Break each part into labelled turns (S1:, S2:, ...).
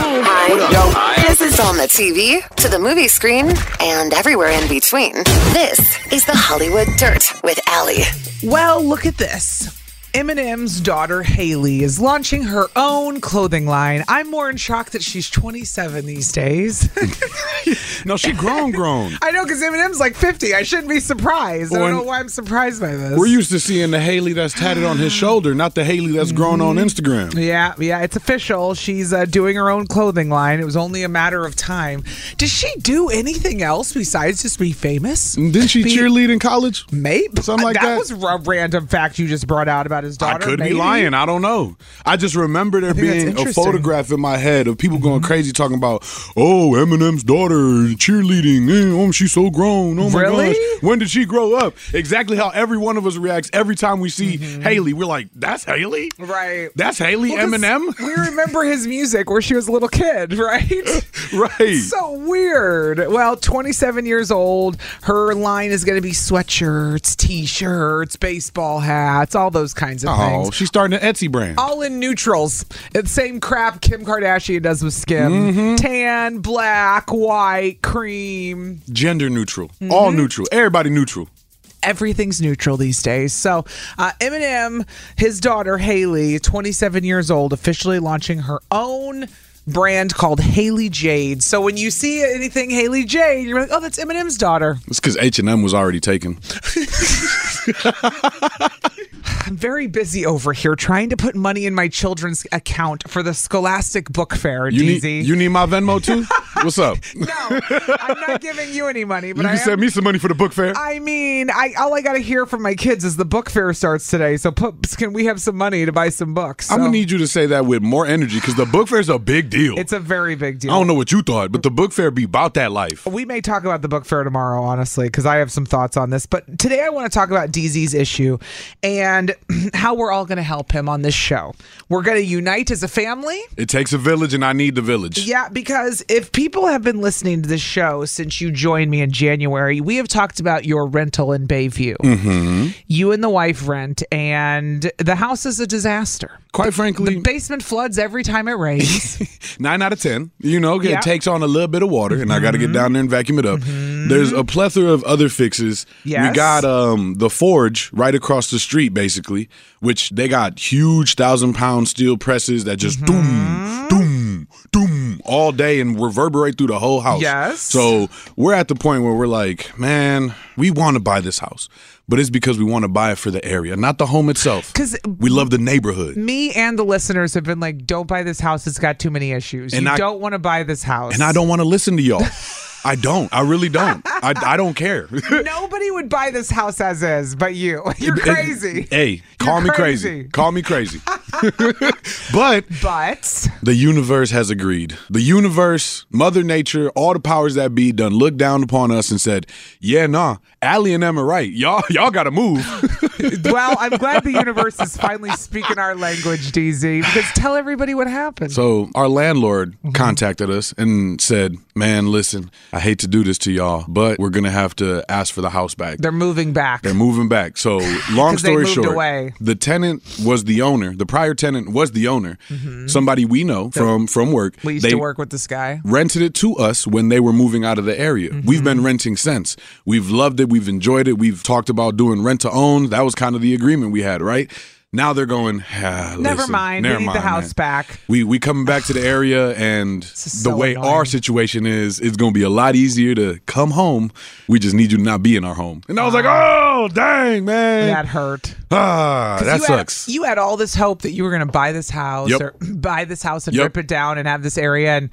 S1: Hi. This is on the TV, to the movie screen, and everywhere in between. This is the Hollywood Dirt with Allie.
S2: Well, look at this. Eminem's daughter Haley is launching her own clothing line. I'm more in shock that she's 27 these days.
S3: No, she grown, grown.
S2: I know because Eminem's like 50. I shouldn't be surprised. I
S3: Well,
S2: don't know
S3: and-
S2: why I'm surprised by this.
S3: We're used to seeing the Haley that's tatted on his shoulder, not the Haley that's grown on Instagram.
S2: Yeah, yeah, it's official. She's uh, doing her own clothing line. It was only a matter of time. Does she do anything else besides just be famous?
S3: And Didn't she
S2: Be-
S3: cheerlead in college?
S2: Maybe
S3: Something like that.
S2: was a random fact you just brought out about his
S3: I
S2: daughter.
S3: could
S2: maybe.
S3: be lying. I don't know. I just remember there
S2: think that's
S3: being a
S2: interesting.
S3: photograph in my head of people going crazy talking about, oh, Eminem's daughter cheerleading. Eh, oh, she's so grown. Oh my
S2: Really?
S3: gosh. When did she grow up? Exactly how every one of us reacts every time we see Haley. We're like, that's Haley.
S2: Right.
S3: That's Haley
S2: Well, 'cause
S3: Eminem.
S2: We remember his music where she was a little kid, right?
S3: right.
S2: So weird. Well, 27 years old. Her line is going to be sweatshirts, t shirts, baseball hats, all those kinds of
S3: oh,
S2: things.
S3: she's starting an Etsy brand.
S2: All in neutrals. It's same crap Kim Kardashian does with Skim.
S3: Mm-hmm.
S2: Tan, black, white, cream.
S3: Gender neutral. All neutral. Everybody neutral.
S2: everything's neutral these days. So, uh, Eminem, his daughter Haley, 27 years old, officially launching her own brand called Haley Jade. So when you see anything Haley Jade, you're like, oh, that's Eminem's daughter.
S3: It's because H and M was already taken.
S2: I'm very busy over here trying to put money in my children's account for the Scholastic Book Fair,
S3: You need,
S2: DZ.
S3: you need my Venmo too. What's up?
S2: no, I'm not giving you any money, but
S3: you
S2: I
S3: can
S2: am
S3: send me some money for the book fair.
S2: I mean, I all I gotta hear from my kids is the book fair starts today. So, put, can we have some money to buy some books?
S3: I'm
S2: So-
S3: gonna need you to say that with more energy because the book fair's a big deal.
S2: It's a very big deal.
S3: I don't know what you thought, but the book fair be about that life.
S2: We may talk about the book fair tomorrow, honestly, because I have some thoughts on this. But today I want to talk about DZ's issue and how we're all going to help him on this show. We're going to unite as a family.
S3: It takes a village, and I need the village.
S2: Yeah, because if people have been listening to this show since you joined me in January, we have talked about your rental in Bayview.
S1: Mm-hmm.
S2: You and the wife rent, and the house is a disaster.
S3: Quite frankly,
S2: The basement floods every time it rains.
S3: nine out of ten. You know,
S2: Yeah. Mm-hmm.
S3: it takes on a little bit of water, and I got to get down there and vacuum it up. There's a plethora of other fixes.
S2: Yes.
S3: We got um the forge right across the street, basically, which they got huge thousand pound steel presses that just
S2: Mm-hmm.
S3: doom, doom, doom all day and reverberate through the whole house.
S2: Yes.
S3: So we're at the point where we're like, man, we want to buy this house. But it's because we want to buy it for the area, not the home itself.
S2: 'Cause-
S3: we love the neighborhood.
S2: me and the listeners have been like, don't buy this house. It's got too many issues.
S3: And
S2: you
S3: I-
S2: don't want to buy this house.
S3: and I don't want to listen to y'all. I don't. I really don't. I, I don't care.
S2: Nobody would buy this house as is, but you. You're crazy.
S3: Hey, call
S2: You're
S3: me crazy.
S2: crazy.
S3: Call me crazy. but
S2: But
S3: the universe has agreed. The universe, Mother Nature, all the powers that be done looked down upon us and said, "Yeah, nah, Allie and Emma right. Y'all, y'all got to move."
S2: well, I'm glad the universe is finally speaking our language, DZ. Because tell everybody what happened. Mm-hmm.
S3: So our landlord contacted us and said, "Man, listen, I hate to do this to y'all, but we're gonna have to ask for the house back."
S2: They're moving back.
S3: They're moving back. So, long
S2: 'Cause they
S3: story
S2: moved
S3: short,
S2: away.
S3: the tenant was the owner. The prior tenant was the owner. Somebody we know from from work.
S2: Mm-hmm. we used
S3: they
S2: to work with this guy.
S3: rented it to us when they were moving out of the area.
S2: Mm-hmm.
S3: We've been renting since. We've loved it. We've enjoyed it. We've talked about doing rent to own. That was kind of the agreement we had, right? Now they're going. "Ah,
S2: Never
S3: listen,
S2: mind.
S3: Never
S2: we need
S3: mind,
S2: the house
S3: man."
S2: back.
S3: We we coming back to the area, and the
S2: is so
S3: way
S2: annoying.
S3: our situation is, it's gonna be a lot easier to come home. We just need you to not be in our home. And I was like, oh dang man,
S2: That hurt.
S3: ah,
S2: 'Cause
S3: that
S2: you
S3: sucks.
S2: Had, you had all this hope that you were going to buy this house
S3: Yep.
S2: or buy this house and
S3: Yep.
S2: rip it down and have this area, and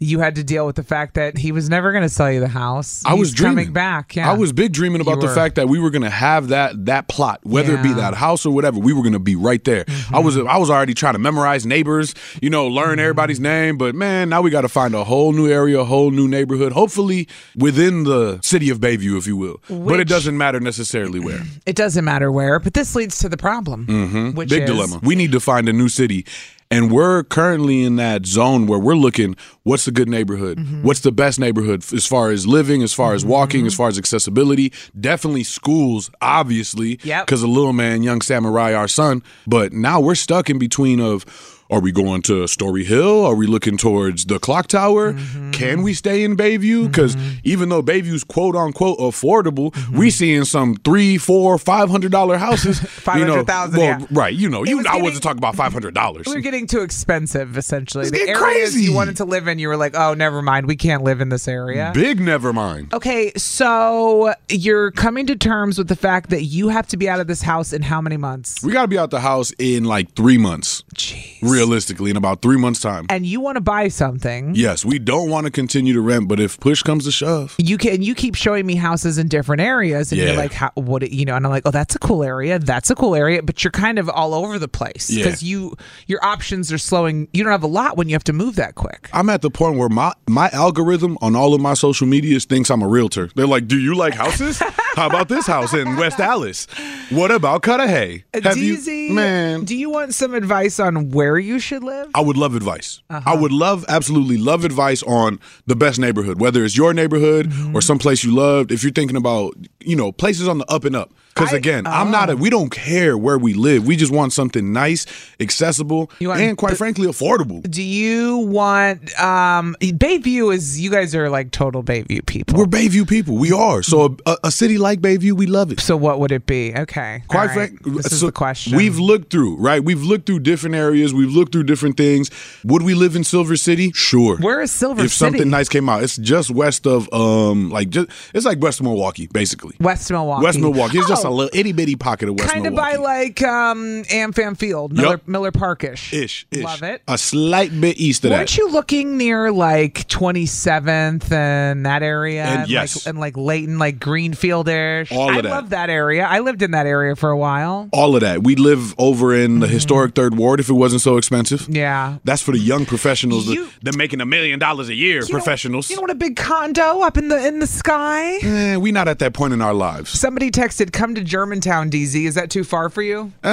S2: you had to deal with the fact that he was never going to sell you the house.
S3: I was
S2: He's
S3: dreaming
S2: coming back. Yeah,
S3: I was big dreaming about the
S2: were.
S3: fact that we were gonna have that that plot, whether it be
S2: Yeah. Mm-hmm.
S3: that house or whatever. We were gonna be right there. I was I was already trying to memorize neighbors, you know, learn everybody's name. But man, now we got to find a whole new area, a whole new neighborhood. Hopefully within the city of Bayview, if you will. but it
S2: Which-
S3: doesn't matter necessarily where.
S2: It doesn't matter where, but this leads to the problem, which
S3: Mm-hmm. Big
S2: is-
S3: dilemma. We need to find a new city. And we're currently in that zone where we're looking what's the good neighborhood?
S2: Mm-hmm.
S3: What's the best neighborhood f- as far as living, as far as walking, as far as accessibility? Definitely schools, obviously.
S2: Yep.
S3: Because a little man, young samurai, our son. But now we're stuck in between of are we going to Story Hill? Are we looking towards the clock tower?
S2: Mm-hmm.
S3: Can we stay in Bayview? Because even though Bayview's quote unquote affordable,
S2: Mm-hmm.
S3: we seeing some three, four, five hundred dollar houses. you know,
S2: $500,000,
S3: well,
S2: yeah.
S3: Right, you know, you.
S2: was
S3: I
S2: getting-
S3: wasn't talking about five hundred dollars.
S2: We're getting too expensive, essentially.
S3: It's
S2: The
S3: getting
S2: areas
S3: crazy.
S2: you wanted to live in, you were like, oh, never mind. We can't live in this area.
S3: Big never mind.
S2: Okay, so you're coming to terms with the fact that you have to be out of this house in how many months?
S3: We got to be out the house in like three months,
S2: Jeez.
S3: realistically, in about three months' time.
S2: And you want to buy something.
S3: Yes, we don't want to continue to rent, but if push comes to shove,
S2: You can you keep showing me houses in different areas and
S3: Yeah.
S2: you're like how what it- you know and I'm like oh that's a cool area that's a cool area but you're kind of all over the place
S3: Yeah.
S2: cuz you your options are slowing you don't have a lot when you have to move that quick.
S3: I'm at the point where my my algorithm on all of my social medias thinks I'm a realtor. They're like, "Do you like houses? How about this house in West Dallas? What about Cudahy? Have
S2: DZ,
S3: you, man?
S2: do you want some advice on where you should live? Uh-huh.
S3: I would love advice. I would love, absolutely love advice on the best neighborhood, whether it's your neighborhood
S2: Mm-hmm.
S3: or someplace you loved. If you're thinking about, you know, places on the up and up. Because again, I'm not,
S2: uh-huh.
S3: a, we don't care where we live. We just want something nice, accessible,
S2: You want-
S3: and quite frankly, affordable.
S2: Do you want um Bayview is you guys are like total Bayview people.
S3: We're Bayview people. We are. So uh, a, a, a city like Bayview, we love it.
S2: so what would it be? Okay.
S3: Quite
S2: all right.
S3: frank, uh,
S2: This is
S3: so
S2: the question.
S3: We've looked through, right? We've looked through different areas. We've looked through different things. Would we live in Silver City? Sure.
S2: Where is Silver
S3: if
S2: City?
S3: something nice came out, it's just west of um, like just it's like west of Milwaukee, basically.
S2: West Milwaukee.
S3: West Milwaukee. It's just
S2: Oh,
S3: a little itty bitty pocket of West
S2: kind of
S3: Milwaukee.
S2: by like um Amfam Field, Miller,
S3: Yup.
S2: Miller Parkish.
S3: ish, ish.
S2: Love it.
S3: A slight bit east of
S2: Weren't
S3: that.
S2: you looking near like 27th and that area?
S3: And yes.
S2: like, and like Layton, like Greenfield ish.
S3: All of
S2: I
S3: that.
S2: love that area. I lived in that area for a while.
S3: All of that. We live over in the historic Third Ward. If it wasn't so expensive,
S2: Mm-hmm. Yeah.
S3: that's for the young professionals.
S2: You-
S3: that they're making a million dollars a year.
S2: You know-
S3: professionals.
S2: You know what a big condo up in the in the sky?
S3: Eh, we not at that point in our lives.
S2: Somebody texted, "Come to Germantown, DZ. Is that too far for you? You're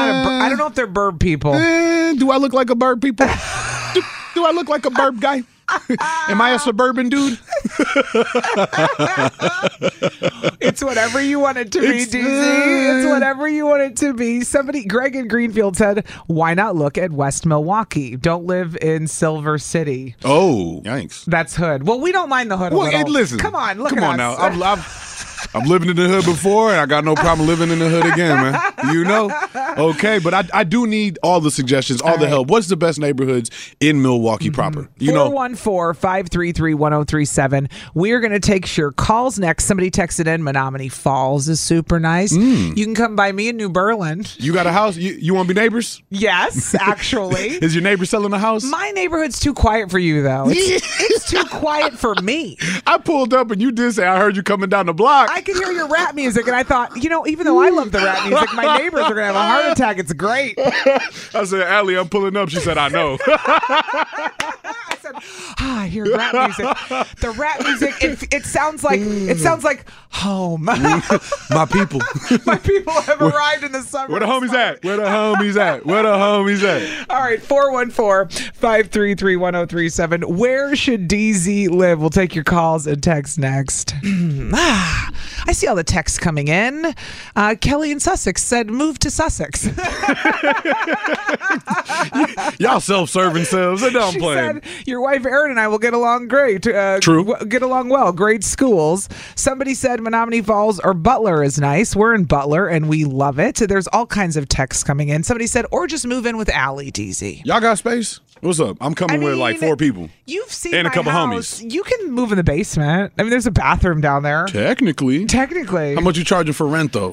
S2: not a. Bir- I don't know if they're bird people.
S3: Eh, do I look like a burp people? do, do I look like a burp guy? Am I a suburban dude?
S2: It's whatever you want it to be,
S3: It's- eh.
S2: DZ. It's whatever you want it to be. Somebody, Greg in Greenfield said, "Why not look at West Milwaukee? Don't live in Silver City.
S3: Oh, yikes.
S2: That's hood. Well, we don't mind the hood. a
S3: Well,
S2: little.
S3: and listen.
S2: come on, look
S3: come
S2: at us.
S3: on now. I'm, I've, I've lived in the hood before, and I got no problem living in the hood again, man. You know, okay. But I, I do need all the suggestions, all, the help. What's the best neighborhoods in
S2: Mm-hmm.
S3: Milwaukee proper? You know,
S2: 414-533-1037. We are going to take your calls next. Somebody texted in Menominee Falls is super nice. You can come by me in New Berlin.
S3: you got a house. Mm. You, you want to be neighbors?
S2: Yes, actually.
S3: Is your neighbor selling a house?
S2: My neighborhood's too quiet for you though. It's, it's too quiet for me.
S3: I pulled up and you did say I heard you coming down the block.
S2: I can hear your rap music and I thought, you know, even though I love the rap music, my neighbors are going to have a heart attack. It's great.
S3: I said, Allie, I'm pulling up. She said, I know.
S2: I said, ah, I hear rap music. The rap music it, it sounds like it sounds like home.
S3: My people.
S2: my people have arrived in the summer.
S3: Where the homies at? Where the homies at? Where the homies at?
S2: All right, 414-533-1037. Where should DZ live? We'll take your calls and texts next. Ah, I see all the texts coming in. Uh, Kelly in Sussex said, "Move to Sussex."
S3: Y'all self-serving selves. They're not
S2: she
S3: playing.
S2: said, "Your wife Erin and I will get along great. Uh,
S3: True.
S2: w- get along well. Great schools." Somebody said Menominee Falls or Butler is nice. We're in Butler and we love it. There's all kinds of texts coming in. Somebody said, "Or just move in with Allie DZ."
S3: Y'all got space? What's up? I'm coming with like
S2: mean,
S3: four people.
S2: You've seen
S3: And a
S2: my
S3: couple
S2: house.
S3: homies.
S2: You can move in the basement. I mean, there's a bathroom down there.
S3: Technically.
S2: Technically, um,
S3: How much you charging for rent though?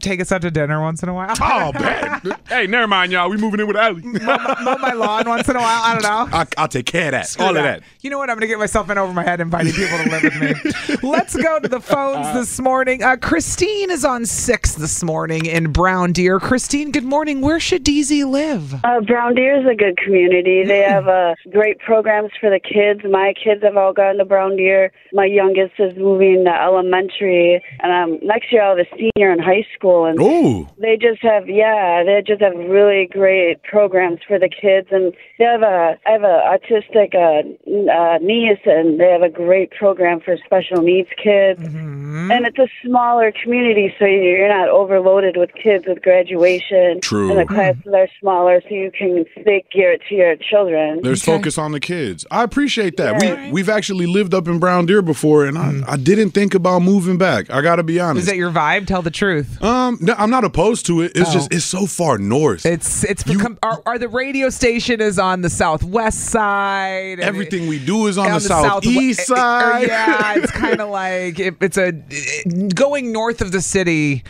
S2: take us out to dinner once in a while.
S3: oh, bad. hey, never mind, y'all. We moving in with Ali.
S2: mow my lawn once in a while. I don't know.
S3: I, I'll take care of that.
S2: Screw
S3: All of that.
S2: You know what? I'm going to get myself in over my head inviting people to live with me. Let's go to the phones this morning. Uh, Christine is on six this morning in Brown Deer. Christine, good morning. Where should DZ live?
S4: Uh, Brown Deer is a good community. They
S3: Hmm.
S4: have uh, great programs for the kids. My kids have all gone to Brown Deer. My youngest is moving to elementary, and um, next year I'll have a senior in high school. And
S3: Ooh.
S4: they just have, yeah, they just have really great programs for the kids. And they have a, I have a autistic uh, n- uh, niece, and they have a great program for special needs kids.
S3: Mm-hmm.
S4: And it's a smaller community, so you're not overloaded with kids with graduation.
S3: True.
S4: And the classes are smaller, so you can they gear it to your children.
S3: There's focus on the kids. I appreciate that. We we've actually lived up in Brown Deer before, and
S2: Hmm.
S3: I, I didn't think about moving back. I gotta be honest.
S2: Is that your vibe? Tell the truth.
S3: um, no, I'm not opposed to it. It's just it's so far north.
S2: Oh. It's it's become our, our the radio station is on the southwest side. and it-
S3: Everything we do is on,
S2: on
S3: the, southeast
S2: southwe-
S3: side.
S2: Yeah, it's kind of like it, it's a it- going north of the city.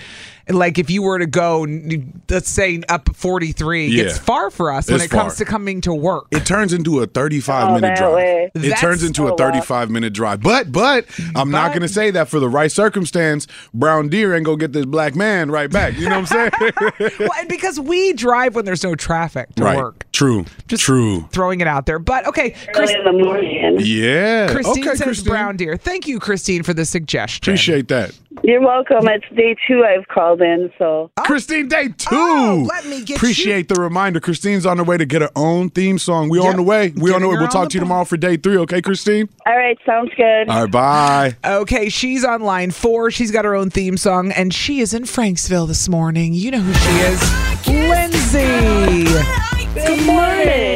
S2: Like if you were to go, n- let's say up 43,
S3: Yeah.
S2: it's far for us when
S3: It's
S2: it comes
S3: far.
S2: to coming to work.
S3: It turns into a 35
S4: Oh,
S3: minute
S4: that
S3: drive.
S4: way.
S3: It
S2: That's-
S3: turns into
S4: oh,
S3: a
S4: wow.
S3: 35 minute drive. But but I'm not
S2: But-
S3: going to say that for the right circumstance, Brown Deer ain't going to get this black man right back. You know what I'm saying?
S2: well, and because we drive when there's no traffic to
S3: right.
S2: work,
S3: True.
S2: Just-
S3: True.
S2: throwing it out there. But okay, Chris,
S4: early in the morning.
S3: Yeah.
S2: Christine
S3: okay,
S2: says
S3: Christine.
S2: Brown Deer. Thank you, Christine, for the suggestion.
S3: Appreciate that.
S4: You're welcome. It's day two I've called in, so
S3: Christine Day too.
S2: Oh, let me get
S3: Appreciate the reminder. Christine's on her way to get her own theme song. We
S2: Yep.
S3: on the way. We on
S2: Getting
S3: the way.
S2: her
S3: We'll
S2: on
S3: talk
S2: the
S3: to you
S2: phone.
S3: tomorrow for day three. Okay, Christine.
S4: all right, sounds good.
S3: All right. Bye.
S2: Okay, she's on line four. She's got her own theme song, and she is in Franksville this morning. You know who she is, Lindsay.
S5: Good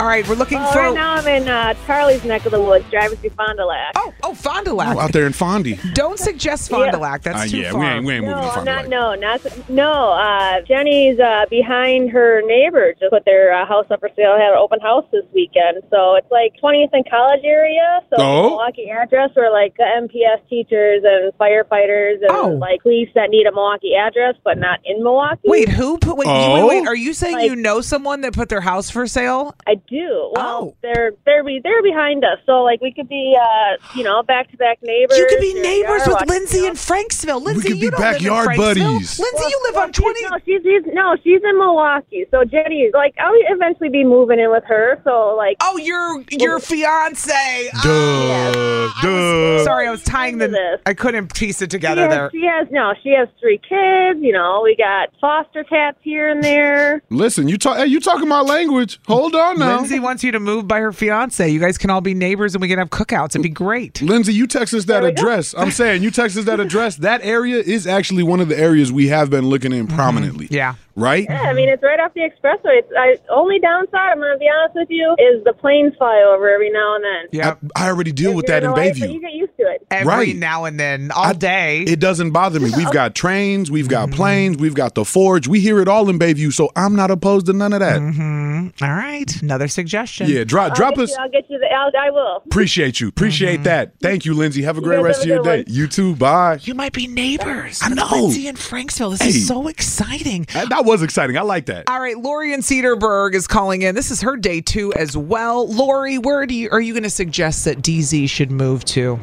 S2: All right, we're looking
S5: Well,
S2: for.
S5: right now I'm in uh, Charlie's neck of the woods, driving through Fond du Lac.
S2: Oh, oh, Fond du Lac.
S3: Oh, out there in Fondy.
S2: Don't suggest Fond du
S5: Yeah.
S2: Lac. That's
S3: Uh,
S2: too
S3: yeah,
S2: far.
S3: we ain't, we ain't
S5: no,
S3: moving to
S5: I'm
S3: Fondy
S5: not.
S3: Lake.
S5: No, not no. Uh, Jenny's uh, behind her neighbor just put their uh, house up for sale. Had an open house this weekend, so it's like 20th and College area. So
S3: Oh.
S5: Milwaukee address where like the MPS teachers and firefighters and
S2: Oh.
S5: like police that need a Milwaukee address, but not in Milwaukee.
S2: Wait, who put? Wait, you- wait,
S3: Oh.
S2: wait, Are you saying
S5: Like-
S2: you know someone that put their house for sale?
S5: I do. Well,
S2: Oh.
S5: they're they're be they're behind us, so like we could be uh you know back to back neighbors.
S2: You could be
S5: or in our
S2: neighbors
S5: yard
S2: with
S5: watching,
S2: Lindsay
S5: you know.
S2: in Franksville. Lindsay,
S3: could be
S2: you don't
S3: backyard
S2: live in Franksville.
S3: buddies.
S2: Lindsay, you live on
S5: she's-
S2: twenty.
S5: No, she's, she's no, she's in Milwaukee. So Jenny, is, like, I'll eventually be moving in with her. So like,
S2: Oh, your your fiance.
S5: oh,
S3: Duh. Duh.
S2: Sorry, I was tying the.
S5: Uh, This.
S2: I couldn't piece it
S5: she
S2: together
S5: has,
S2: there.
S5: she has no, she has three kids. You know, we got foster cats here and there.
S3: Listen, you talk. Hey, you talking my language? Hold on now,
S2: Lindsay wants you to move by her fiance. You guys can all be neighbors and we can have cookouts. It'd be great.
S3: Lindsay, you text us that address. I'm saying you text us that address. That area is actually one of the areas we have been looking in prominently.
S2: Mm-hmm. Yeah.
S3: Right?
S5: Yeah, I mean, it's right off the expressway. It's I, only downside. I'm gonna be honest with you, is the planes fly over every now and then.
S2: Yep.
S3: I, I already deal with
S5: You're
S3: that in
S5: gonna like- but You
S3: Bayview.
S5: get used to it.
S2: Every
S3: Right.
S2: now and then, all
S3: I-
S2: day. Mm-hmm.
S3: It doesn't bother me. We've got trains, we've got planes, we've got the forge. We hear it all in Bayview, so I'm not opposed to none of that.
S2: Mm-hmm. all right. Another suggestion.
S3: Yeah, drop, drop
S5: I'll get
S3: us.
S5: you- I'll get you. The, I'll, I will.
S3: Appreciate you. Appreciate
S2: Mm-hmm.
S3: that. Thank you, Lindsay. Have a great
S5: guys
S3: rest
S5: have
S3: of
S5: a
S3: your day.
S5: good
S3: You too. Bye.
S2: You might be neighbors.
S3: I
S2: with
S3: know.
S2: Lindsay and Franksville. This
S3: Hey.
S2: is so exciting.
S3: That that was exciting. I like that.
S2: All right, Lori in Cedarburg is calling in. This is her day two as well. Lori, where do you are you going to suggest that DZ should move to?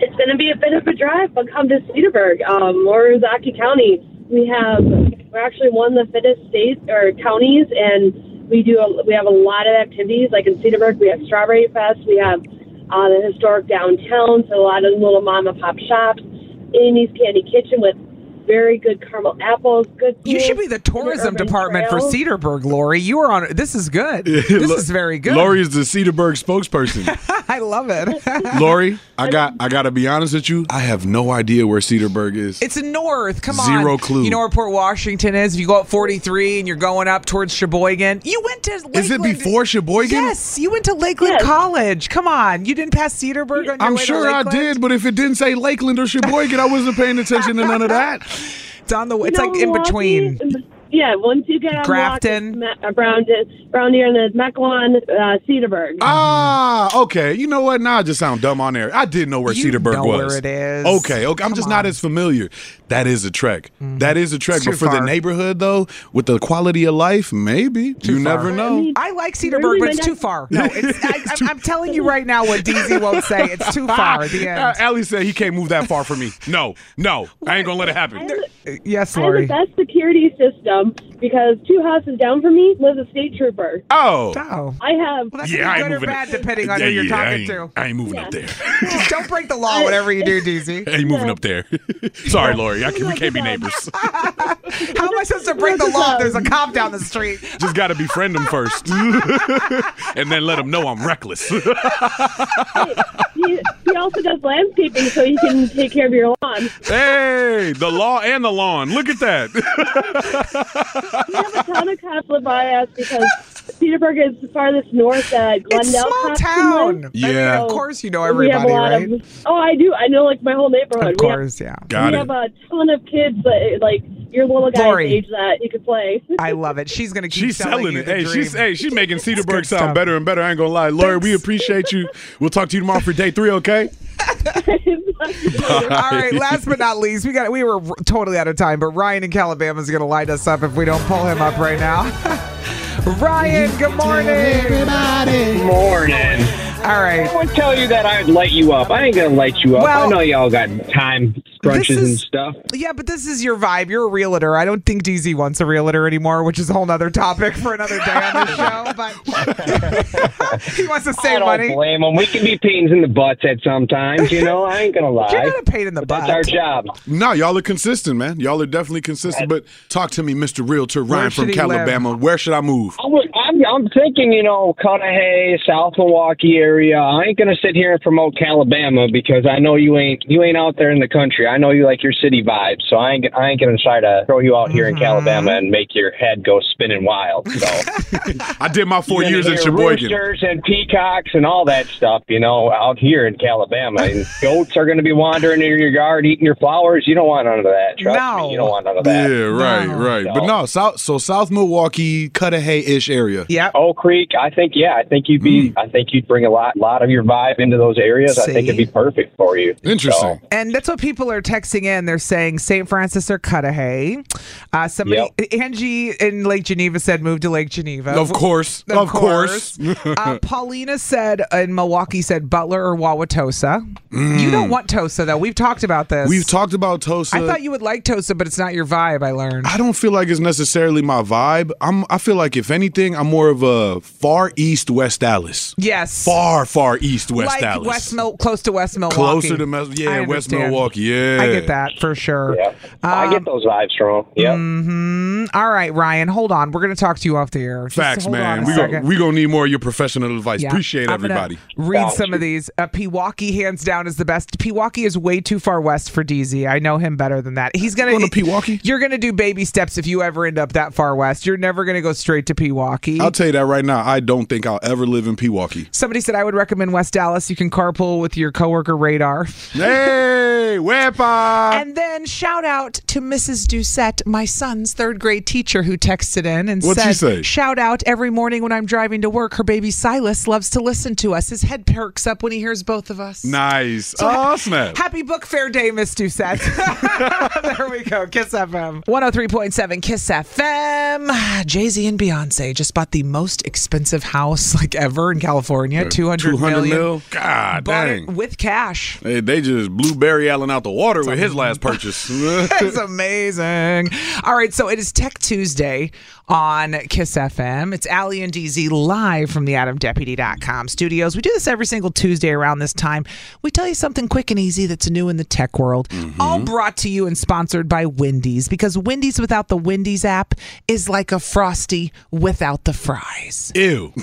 S6: It's going to be a bit of a drive, but come to Cedarburg um, or Zaki County. We have we're actually one of the fittest states or counties, and we do a, we have a lot of activities. Like in Cedarburg, we have Strawberry Fest, we have uh, the historic downtown, so a lot of little mom and pop shops. Amy's Candy Kitchen with very good caramel apples, good.
S2: You
S6: food,
S2: should be the
S6: good
S2: tourism
S6: urban
S2: department for
S6: trails.
S2: Cedarburg, Lori. You are on. This is good. This
S3: Lo-
S2: is very good.
S3: Lori is the Cedarburg spokesperson.
S2: I I love it.
S3: Lori, I got I gotta be honest with you. I have no idea where Cedarburg is.
S2: It's north. Come on.
S3: Zero clue.
S2: You know where Port Washington is? If you go up 43 and you're going up towards Sheboygan, you went to Lakeland.
S3: Is it before Sheboygan?
S2: Yes, you went to Lakeland College. Come on. You didn't pass Cedarburg on your
S3: I'm
S2: way to
S3: sure I
S2: Lakeland?
S3: did, but if it didn't say Lakeland or Sheboygan, I wasn't paying attention to none of that.
S2: It's on the it's
S6: No,
S2: like in between.
S6: Milwaukee, Yeah, once you get on
S2: Grafton.
S6: Milwaukee, Ma- uh, Brown, Brown Deer, and then Mequon, uh, Cedarburg.
S3: Ah, okay. You know what? Now I just sound dumb on air. I did know where
S2: You
S3: Cedarburg
S2: know
S3: was.
S2: where it is.
S3: Okay, okay. I'm just not as familiar. That is a trek. That is a trek.
S2: Mm-hmm. It's too
S3: But for the
S2: far.
S3: neighborhood though, with the quality of life, maybe. you
S2: far.
S3: never know.
S2: I like
S6: Really,
S2: Cedarburg, but
S6: my
S2: it's too
S6: dad-
S2: far. No, it's, I, I'm, I'm telling you right now what DZ won't say. It's too far. The
S3: Uh,
S2: end.
S3: Allie said he can't move that far from me. No, no, I ain't gonna let it happen.
S2: Yes,
S6: I have the
S2: Lori.
S6: best security system because two houses down from me lives a state trooper.
S3: Oh,
S2: Oh.
S6: I have
S2: Well, that could
S3: yeah, I
S2: be good
S3: ain't
S2: or
S3: moving.
S2: bad
S3: it.
S2: depending on
S3: Yeah,
S2: who you're
S3: yeah, I
S2: talking
S3: ain't-
S2: to.
S3: I ain't moving up there.
S2: Just don't break the law, whatever you do, DZ.
S3: I ain't moving up there. Sorry, Lori. I can, we can't be neighbors.
S2: How am I supposed to break the law if there's a cop down the street?
S3: Just gotta befriend them first, and then let them know I'm reckless.
S6: he, he also does landscaping, so he can take care of your lawn.
S3: hey, the law and the lawn. Look at that.
S6: We have a ton of cops live by us because Cedarburg is the farthest north that Glendale.
S2: It's small
S6: cops can live.
S2: town.
S3: Yeah.
S2: of course you know
S6: We have
S2: everybody,
S6: a lot
S2: right?
S6: Of, oh, I do. I know like my whole neighborhood.
S2: Of
S6: We have-
S2: course, yeah.
S3: Got
S6: we
S3: it.
S6: have a ton of kids that like your little guy's
S2: Lori.
S6: age that you could play.
S2: I love it. She's gonna keep
S3: She's
S2: selling,
S3: selling
S2: you
S3: it.
S2: the
S3: Hey,
S2: dream.
S3: she's hey, she's making Cedarburg
S2: good stuff.
S3: sound better and better. I ain't gonna lie, Lori. We appreciate you. We'll talk to you tomorrow for day three. Okay.
S2: All right. Last but not least, we got we were totally out of time, but Ryan in Calabama's gonna light us up if we don't pull him up right now. Ryan, good morning.
S7: Morning.
S2: All right.
S7: I would tell you that I'd light you up. I ain't gonna light you up.
S2: Well-
S7: I know y'all got time crunches
S2: This is-
S7: and stuff.
S2: Yeah, but this is your vibe. You're a realtor. I don't think DZ wants a realtor anymore, which is a whole nother topic for another day on the show. But he wants to
S7: I
S2: save
S7: don't
S2: money.
S7: blame them. We can be pains in the butts at sometimes. You know, I ain't gonna lie.
S2: You're not a pain in the butt.
S7: That's our job.
S3: No, y'all are consistent, man. Y'all are definitely consistent. But talk to me, Mr. Realtor Ryan
S2: should
S3: from
S2: he live?
S3: Calabama. Where should I move?
S7: I would, I'm, I'm thinking, you know, Cudahy, South Milwaukee area. I ain't gonna sit here and promote Calabama because I know you ain't you ain't out there in the country. I know you like your city vibes, so I ain't I ain't gonna try to throw you out here in
S2: Mm-hmm.
S7: Calabama and make your head go spinning wild. So.
S3: I did my four
S7: You're
S3: years
S7: gonna
S3: in
S7: hear
S3: Sheboygan.
S7: Roosters and peacocks and all that stuff, you know, out here in Calabama. And goats are going to be wandering in your yard eating your flowers. You don't want none of that. Trust
S2: No.
S7: me, you don't want none of
S3: Yeah,
S7: that.
S3: right, right. But no, South so South Milwaukee, Cudahy ish area.
S2: Yep.
S7: Oak Creek, I think, yeah, I think you'd be,
S2: Mm.
S7: I think you'd bring a lot, lot of your vibe into those areas. I think it'd
S2: See?
S7: be perfect for you.
S3: Interesting.
S2: And that's what people are texting in. They're saying St. Francis or Cudahy. Uh, somebody, Angie in Lake Geneva said move to Lake Geneva.
S3: Of course,
S2: Of
S3: of, course.
S2: course. uh, Paulina said in Milwaukee said Butler or Wauwatosa. You don't want Tosa though. We've talked about this.
S3: Mm. We've talked about Tosa.
S2: I thought you would like Tosa, but it's not your vibe. I learned.
S3: I don't feel like it's necessarily my vibe. I'm. I feel like if anything, I'm more of a far east West Dallas.
S2: Yes.
S3: Far far east West
S2: like
S3: Dallas.
S2: West Mil- close to West Milwaukee.
S3: Closer to Mes- yeah,
S2: I
S3: West
S2: understand.
S3: Milwaukee. Yeah,
S2: I get that for sure. Um, mm,
S7: Yeah. I get those vibes from. Yeah.
S2: All right, Ryan, hold on. We're going to talk to you off the air. Just
S3: Facts,
S2: hold
S3: man.
S2: On a
S3: We
S2: second.
S3: gonna, we gonna need more of your professional advice.
S2: Yeah.
S3: Appreciate
S2: I'm gonna
S3: everybody.
S2: Read
S7: Got
S2: some
S7: you.
S2: of these. Uh, Pewaukee, hands down, is the best. Pewaukee is way too far west for DZ. I know him better than that. He's gonna
S3: Going to Pewaukee?
S2: You're gonna do baby steps if you ever end up that far west. You're never gonna go straight to Pewaukee.
S3: I'll tell you that right now. I don't think I'll ever live in Pewaukee.
S2: Somebody said I would recommend West Dallas. You can carpool with your coworker Radar.
S3: hey, wepa.
S2: And then shout out to Mrs. Doucette, my son's third grade teacher, who texted in and
S3: What'd
S2: said,
S3: she say?
S2: "Shout out every morning when I'm driving to work. Her baby Silas loves to listen to us. His head perks up when he hears both of us."
S3: Nice.
S2: So ha-
S3: oh snap.
S2: Happy book fair day, Miss Doucette. there we go. Kiss FM. 103.7 Kiss FM. Jay Z and Beyonce just bought the most expensive house like ever in California. 200,
S3: 200
S2: million.
S3: mil. God
S2: Bought
S3: dang.
S2: it with cash.
S3: Hey, they just blew Barry Allen out the water with his last purchase.
S2: It's amazing. All right, so it is Tech Tuesday on Kiss FM. It's Allie and DZ live from the AdamDeputy.com studios. We do this every single Tuesday around this time. We tell you something quick and easy that's new in the tech world.
S3: Mm-hmm.
S2: All brought to you and sponsored by Wendy's because Wendy's without the Wendy's app is like a frosty without the fries.
S3: Ew.
S2: Ew.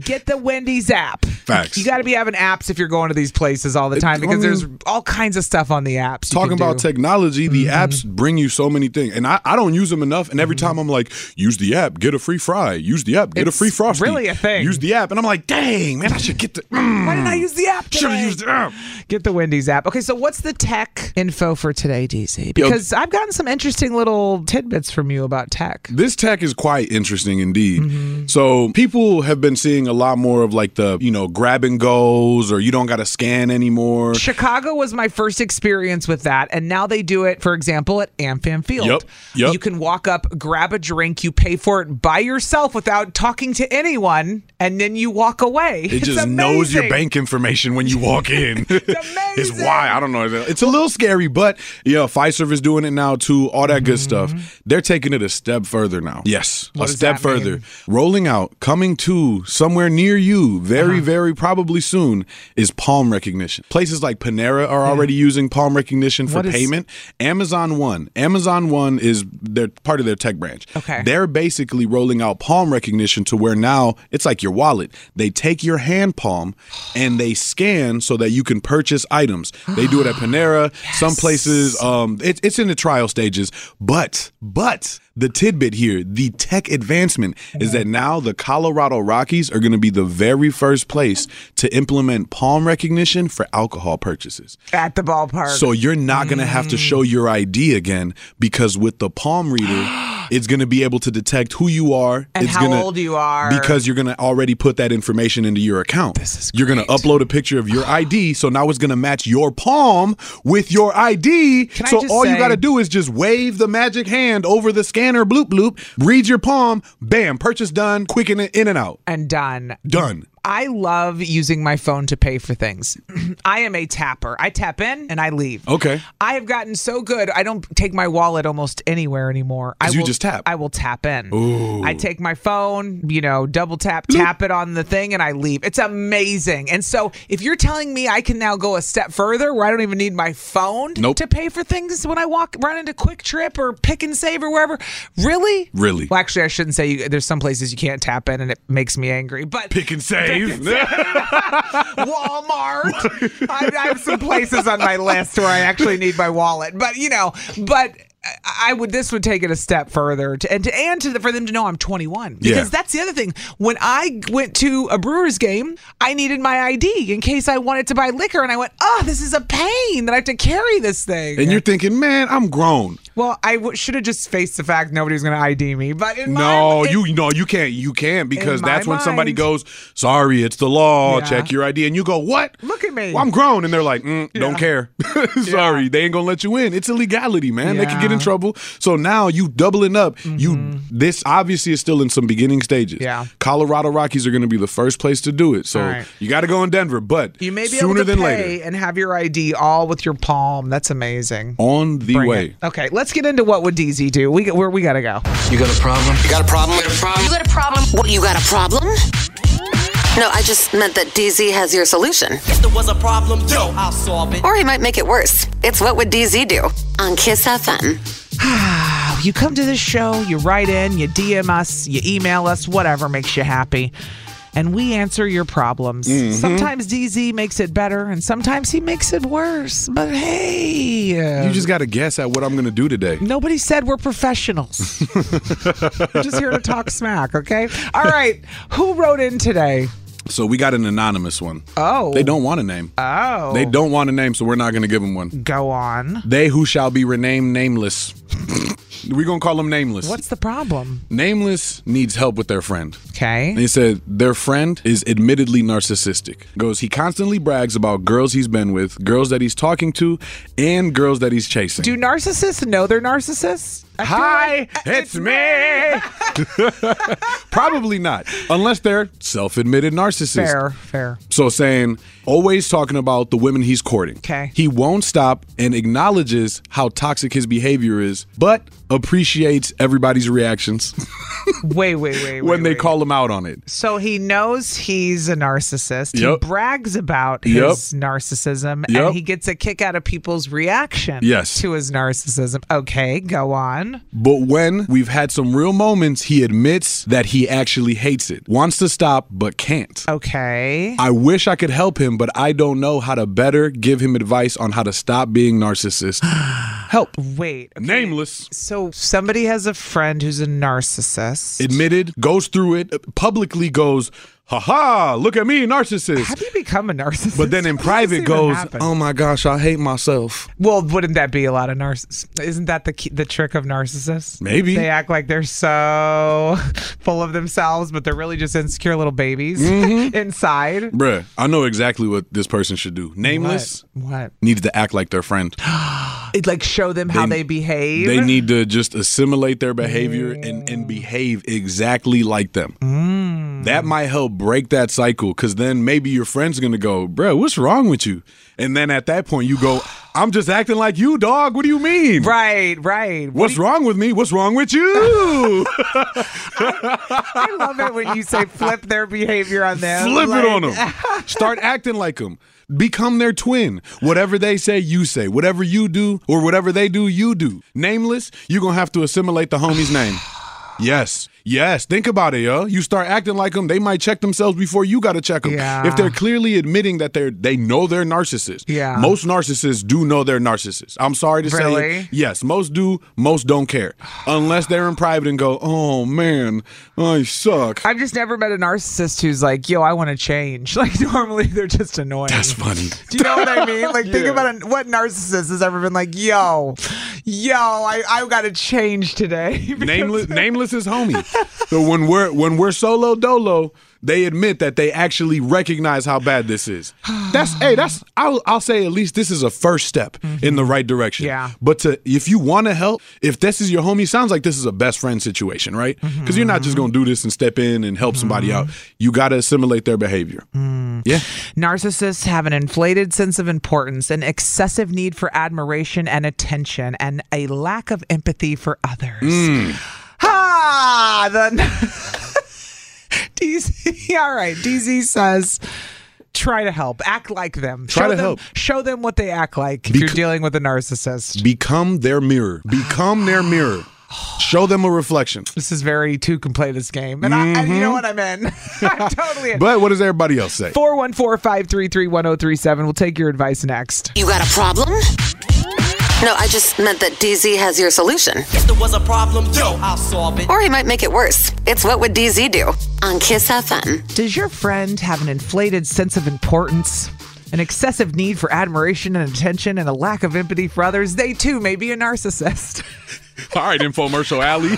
S2: Get the Wendy's app.
S3: Facts.
S2: You got to be having apps if you're going to these places all the time
S3: I
S2: because there's
S3: mean-
S2: all kinds of stuff on the apps. you can
S3: Talking about
S2: do. Mm-hmm.
S3: technology, the apps bring you so many things, and I, I don't use them enough. And every time I'm like, use the app, get a free fry. Use the app, get a free frosty.
S2: really a thing.
S3: Use the app, and I'm like, dang man, I should get the. Why
S2: didn't I use the app?
S3: Should have used the app.
S2: Get the Wendy's app. Okay, so what's the tech info for today, DZ? Because I've gotten some interesting little tidbits from you about tech.
S3: This tech is quite interesting indeed.
S2: Mm-hmm.
S3: So people have been seeing a lot more of like the, you know, grab and goes or you don't gotta scan anymore.
S2: Chicago was my first experience with that, and now they do it, for example, at AmFam Field.
S3: Yep, yep.
S2: You can walk up, grab a drink, you pay for it by yourself without talking to anyone, and then you walk away.
S3: It just knows your bank information when you walk in. it's why I don't know. It's a little scary, but yeah, Fiserv is doing it now too. All that good stuff. They're taking it a step further now. Yes,
S2: Mm-hmm. What
S3: a
S2: does
S3: step
S2: that mean?
S3: further. Rolling out, coming to somewhere near you, very,
S2: Uh-huh.
S3: very probably soon, is palm recognition. Places like Panera are already using palm recognition for
S2: What is-
S3: payment. Amazon One. Amazon One is they're part of their tech branch.
S2: Okay.
S3: They're basically rolling out palm recognition to where now it's like your wallet. They take your hand palm and they scan so that you can purchase items. They do it at Panera. Some places, um, it, it's in the trial stages. But, but the tidbit here, the tech advancement is that now the Colorado Rockies are going to be the very first place to implement palm recognition for alcohol purchases.
S2: At the ballpark.
S3: So you're not going to have to show
S2: Mm.
S3: your ID again because with the palm reader, it's going to be able to detect who you are.
S2: And
S3: it's
S2: how
S3: gonna,
S2: old you are.
S3: Because you're going to already put that information into your account. This is you're going to upload a picture of your ID. So now it's going to match your palm with your ID.
S2: Can I
S3: so
S2: just
S3: all you
S2: say-
S3: got to do is just wave the magic hand over the scanner, bloop, bloop, read your palm, bam, purchase done, quick and in and out.
S2: and done.
S3: Done.
S2: I love using my phone to pay for things. I am a tapper. I tap in and I leave.
S3: Okay.
S2: I have gotten so good. I don't take my wallet almost anywhere anymore. I
S3: 'Cause you
S2: will-
S3: just tap.
S2: I will tap in. I take my phone, you know, double tap, tap it on the thing, and I leave. It's amazing. And so, if you're telling me I can now go a step further, where I don't even need my phone
S3: Nope.
S2: to pay for things when I walk, run into Quick Trip or Pick and Save or wherever, really?
S3: Really.
S2: Well, actually, I shouldn't say. You, there's some places you can't tap in, and it makes me angry. But
S3: Pick and save.
S2: Walmart. I, I have some places on my list where I actually need my wallet, but you know, but I I would this would take it a step further to, and to and to the, for them to know I'm 21 because
S3: Yeah.
S2: that's the other thing. When I went to a Brewers game, I needed my ID in case I wanted to buy liquor, and I went, oh, this is a pain that I have to carry this thing.
S3: and you're thinking, man, I'm grown.
S2: well, I w- should have just faced the fact nobody was going to ID me, but in
S3: No,
S2: my, in-
S3: you no, you can't. You can't because
S2: In
S3: that's
S2: my
S3: when somebody
S2: mind-
S3: goes, "Sorry, it's the law.
S2: Yeah.
S3: Check your ID." And you go, "What?
S2: Look at me.
S3: Well, I'm grown." And they're like, mm, "Don't care. Sorry, they ain't gonna let you in. It's illegality, man. They could get in
S2: Yeah. Mm-hmm.
S3: trouble." So now you doubling up. You this obviously is still in some beginning stages.
S2: Yeah.
S3: Colorado Rockies are gonna be the first place to do it. So
S2: All right.
S3: you got to go in Denver, but
S2: You may be
S3: sooner
S2: able to
S3: than
S2: pay
S3: later.
S2: and have your ID all with your palm. That's amazing.
S3: On the
S2: Bring
S3: way.
S2: it. Okay, let's get into what would DZ do. We where we gotta go.
S8: You got a problem? You got a problem?
S1: You got a problem? What, you got a problem? No, I just meant that DZ has your solution.
S8: If there was a problem, yo, I'll solve it.
S1: Or he might make it worse. It's What Would DZ Do on Kiss FM.
S2: You come to this show, you write in, you DM us, you email us, whatever makes you happy. And we answer your problems.
S3: Mm-hmm.
S2: Sometimes DZ makes it better and sometimes he makes it worse. But hey, uh,
S3: You just got to guess at what I'm gonna do today.
S2: Nobody said we're professionals. we're just here to talk smack, okay? All right. Who wrote in today?
S3: So we got an anonymous one.
S2: Oh.
S3: They don't want a name.
S2: Oh.
S3: They don't want a name, so we're not going to give them one.
S2: Go on.
S3: They who shall be renamed nameless. We're going to call them nameless.
S2: What's the problem?
S3: Nameless needs help with their friend.
S2: Okay.
S3: They said their friend is admittedly narcissistic. Goes, he constantly brags about girls he's been with, girls that he's talking to, and girls that he's chasing.
S2: Do narcissists know they're narcissists? I feel like-
S3: Hi, it's me. Probably not, unless they're self-admitted narcissists.
S2: Fair, fair.
S3: So saying, always talking about the women he's courting.
S2: Okay.
S3: He won't stop and acknowledges how toxic his behavior is, but appreciates everybody's reactions
S2: Wait, wait, wait.
S3: when
S2: wait,
S3: they
S2: wait.
S3: call him out on it.
S2: So he knows he's a narcissist.
S3: Yep.
S2: He brags about his
S3: Yep.
S2: narcissism
S3: Yep.
S2: and he gets a kick out of people's reaction
S3: Yes.
S2: to his narcissism. Okay, go on. on.
S3: But when we've had some real moments, he admits that he actually hates it, wants to stop, but can't.
S2: Okay.
S3: I wish I could help him, but I don't know how to better give him advice on how to stop being narcissist. Help.
S2: Wait.
S3: Nameless.
S2: So somebody has a friend who's a narcissist.
S3: Admitted, goes through it, publicly goes, ha ha, look at me, narcissist. How do
S2: you become a narcissist?
S3: But then in private goes, oh my gosh, I hate myself.
S2: Well, wouldn't that be a lot of narcissists? Isn't that the key, the trick of narcissists?
S3: Maybe.
S2: they act like they're so full of themselves, but they're really just insecure little babies
S3: Mm-hmm.
S2: inside.
S3: Bruh, I know exactly what this person should do. Nameless
S2: What? What?
S3: needs to act like their friend.
S2: It like show them how they, behave.
S3: They need to just assimilate their behavior and, and behave exactly like them.
S2: Mm.
S3: That might help break that cycle because then maybe your friend's gonna go, bro, what's wrong with you? And then at that point, you go, I'm just acting like you, dog. What do you mean?
S2: Right, right.
S3: What's wrong with me? What's wrong with you?
S2: I love it when you say flip their behavior on them.
S3: Flip
S2: Like-
S3: it on them. Start acting like them. Become their twin. Whatever they say, you say. Whatever you do, or whatever they do, you do. Nameless, you're going to have to assimilate the homie's name. Yes. Yes. Think about it, yo. You start acting like them, they might check themselves before you got to check them.
S2: Yeah.
S3: If they're clearly admitting that they're they know they're narcissists.
S2: Yeah.
S3: Most narcissists do know they're narcissists. I'm sorry to say
S2: Really?
S3: it. Yes, most do, most don't care. Unless they're in private and go, "Oh man, I suck."
S2: I've just never met a narcissist who's like, "Yo, I want to change." Like normally they're just annoying.
S3: That's funny.
S2: Do you know what I mean? Like, think
S3: Yeah.
S2: about it. what narcissist has ever been like, "Yo, yo, I I got to change today."
S3: Nameless, nameless is homie. So when we're when we're solo dolo, they admit that they actually recognize how bad this is. That's hey, that's I'll I'll say at least this is a first step in the right direction.
S2: Mm-hmm. Yeah.
S3: But to if you want to help, if this is your homie, sounds like this is a best friend situation, right? Because
S2: Mm-hmm.
S3: you're not just gonna do this and step in and help somebody out. You gotta assimilate their behavior.
S2: Mm.
S3: Yeah.
S2: Narcissists have an inflated sense of importance, an excessive need for admiration and attention, and a lack of empathy for others.
S3: Hmm.
S2: Ah, the DZ. All right, DZ says. Try to help. Act like them.
S3: Try
S2: show
S3: to
S2: them,
S3: help.
S2: Show them what they act like if you're dealing with a narcissist.
S3: Become their mirror. Become their mirror. Show them a reflection.
S2: This is very two can play this game. And, I, and you know what I'm in. I'm totally in.
S3: But what does Mm-hmm. everybody else say?
S2: 414 533 1037. We'll take your advice next.
S1: You got a problem? No, I just meant that DZ has your solution.
S8: If there was a problem, yo, I'll solve it.
S1: Or he might make it worse. It's What Would DZ Do? on Kiss FM.
S2: Does your friend have an inflated sense of importance? An excessive need for admiration and attention and a lack of empathy for others, they too may be a narcissist.
S3: All right, infomercial alley.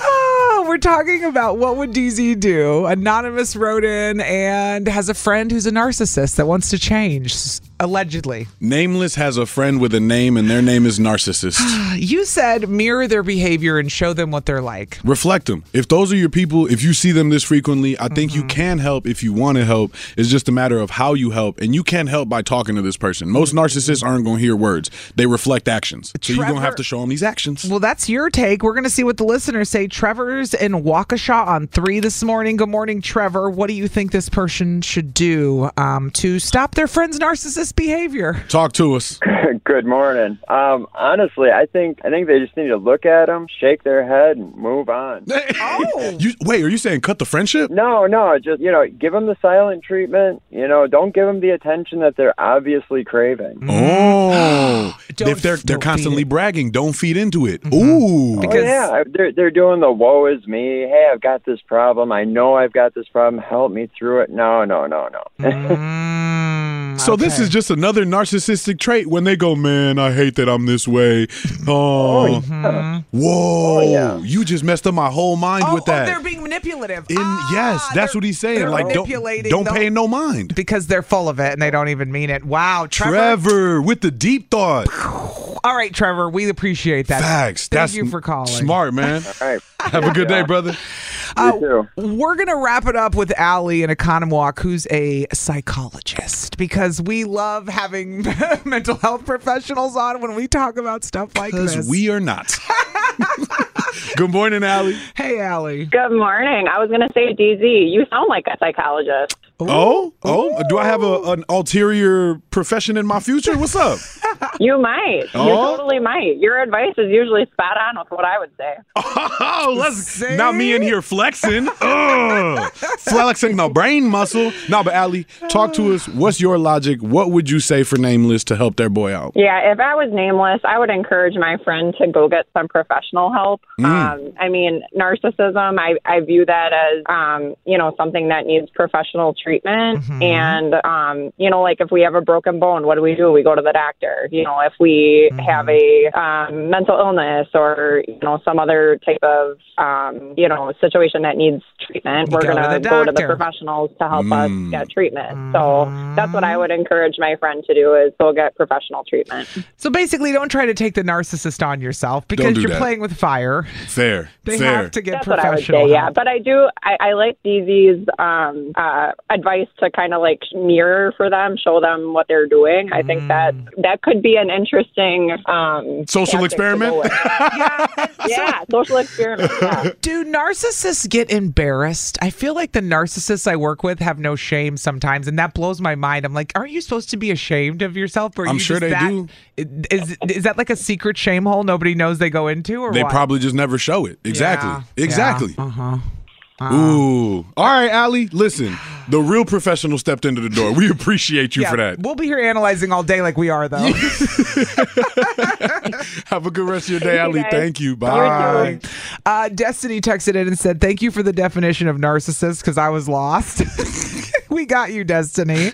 S2: Oh, we're talking about what would DZ do? Anonymous wrote in and has a friend who's a narcissist that wants to change, allegedly.
S3: Nameless has a friend with a name, and their name is Narcissist.
S2: You said mirror their behavior and show them what they're like.
S3: Reflect them. If those are your people, if you see them this frequently, I think you can help if you want to help. It's just a matter of how you help, and you can help by talking to this person. Most narcissists aren't going to hear words, they reflect actions. So you're going to have
S2: Trevor-
S3: to show them these actions.
S2: Well, that's your take. We're going to see what the listeners say. Trevor's in Waukesha on three this morning. Good morning, Trevor. What do you think this person should do um, to stop their friend's narcissist behavior?
S3: Talk to us.
S9: Good morning. Um, honestly, I think I think they just need to look at them, shake their head, and move on.
S3: You, wait, are you saying cut the friendship?
S9: No, no, just you know, give them the silent treatment. You know, don't give them the attention that they're obviously craving.
S3: Mm-hmm. Oh, if they're they're constantly bragging, don't feed into it. Ooh,
S9: Oh, yeah, they're they're doing the woe is me. Hey, I've got this problem. I know I've got this problem. Help me through it. No, no, no, no.
S2: Mm,
S3: So this is just another narcissistic trait when they go, man, I hate that I'm this way. Oh,
S9: Oh,
S3: whoa, you just messed up my whole mind with that.
S2: Oh, they're being manipulative. Ah,
S3: In yes, that's what he's saying.
S2: they're
S3: Like don't
S2: manipulating
S3: don't
S2: the-
S3: pay no mind.
S2: Because they're full of it and they don't even mean it. Wow, Trevor.
S3: Trevor with the deep thought.
S2: All right, Trevor, we appreciate that.
S3: Facts.
S2: Thank
S3: That's
S2: you for calling.
S3: Smart man.
S9: All right.
S3: Have a good day, brother.
S2: Uh, We're going to wrap it up with Allie in Economwalk, who's a psychologist, because we love having mental health professionals on when we talk about stuff like
S3: Because
S2: this.
S3: we are not. good morning, Allie.
S2: hey, Allie.
S10: Good morning. I was going to say, DZ, you sound like a psychologist.
S3: Oh, oh, do I have a, an ulterior profession in my future? What's up?
S10: you might. You
S3: Oh.
S10: totally might. Your advice is usually spot on with what I would say.
S3: Oh, let's not me in here flexing. Ugh. flexing the brain muscle. No, but Allie, talk to us. What's your logic? What would you say for nameless to help their boy out?
S10: Yeah, if I was nameless, I would encourage my friend to go get some professional help.
S3: Mm.
S10: Um, I mean, narcissism, I, I view that as, um, you know, something that needs professional treatment.
S3: Mm-hmm.
S10: And, um, you know, like if we have a broken bone, what do we do? We go to the doctor. You know, if we
S3: Mm-hmm.
S10: have a um, mental illness or, you know, some other type of, um, you know, situation that needs treatment,
S11: You
S10: we're
S11: go to
S10: going
S11: the
S10: to go to the
S11: doctor.
S10: professionals to help
S2: Mm.
S10: us get treatment. So that's what I would encourage my friend to do is go get professional treatment.
S2: So basically, don't try to take the narcissist on yourself because
S3: do
S2: you're
S3: that.
S2: playing with fire.
S3: Fair.
S2: They
S3: fair.
S2: have to get
S10: That's what I would
S2: professional.
S10: say, yeah.
S2: help.
S10: But I do, I, I like DZ's um, uh, advice to kind of like mirror for them, show them what they're doing. I think that
S2: Mm.
S10: that could be an interesting um, tactic
S3: Social
S10: to go
S3: experiment?
S10: with. yeah, social experiment. Yeah.
S2: Do narcissists get embarrassed? I feel like the narcissists I work with have no shame sometimes, and that blows my mind. I'm like, aren't you supposed to be ashamed of yourself? Or are
S3: I'm
S2: you just
S3: sure they
S2: that-
S3: do.
S2: Is is that like a secret shame hole nobody knows they go into, or
S3: They
S2: what?
S3: probably just never show it. Exactly.
S2: Yeah.
S3: Exactly.
S2: Uh huh.
S3: Ooh. All right, Allie, listen. The real professional stepped into the door. We appreciate you
S2: Yeah,
S3: for that.
S2: We'll be here analyzing all day like we are, though.
S3: Have a good rest of your
S2: Thank
S3: day,
S2: you,
S3: Allie.
S2: guys.
S3: Thank you. Bye.
S2: Uh, Destiny texted in and said, Thank you for the definition of narcissist because I was lost. we got you, Destiny.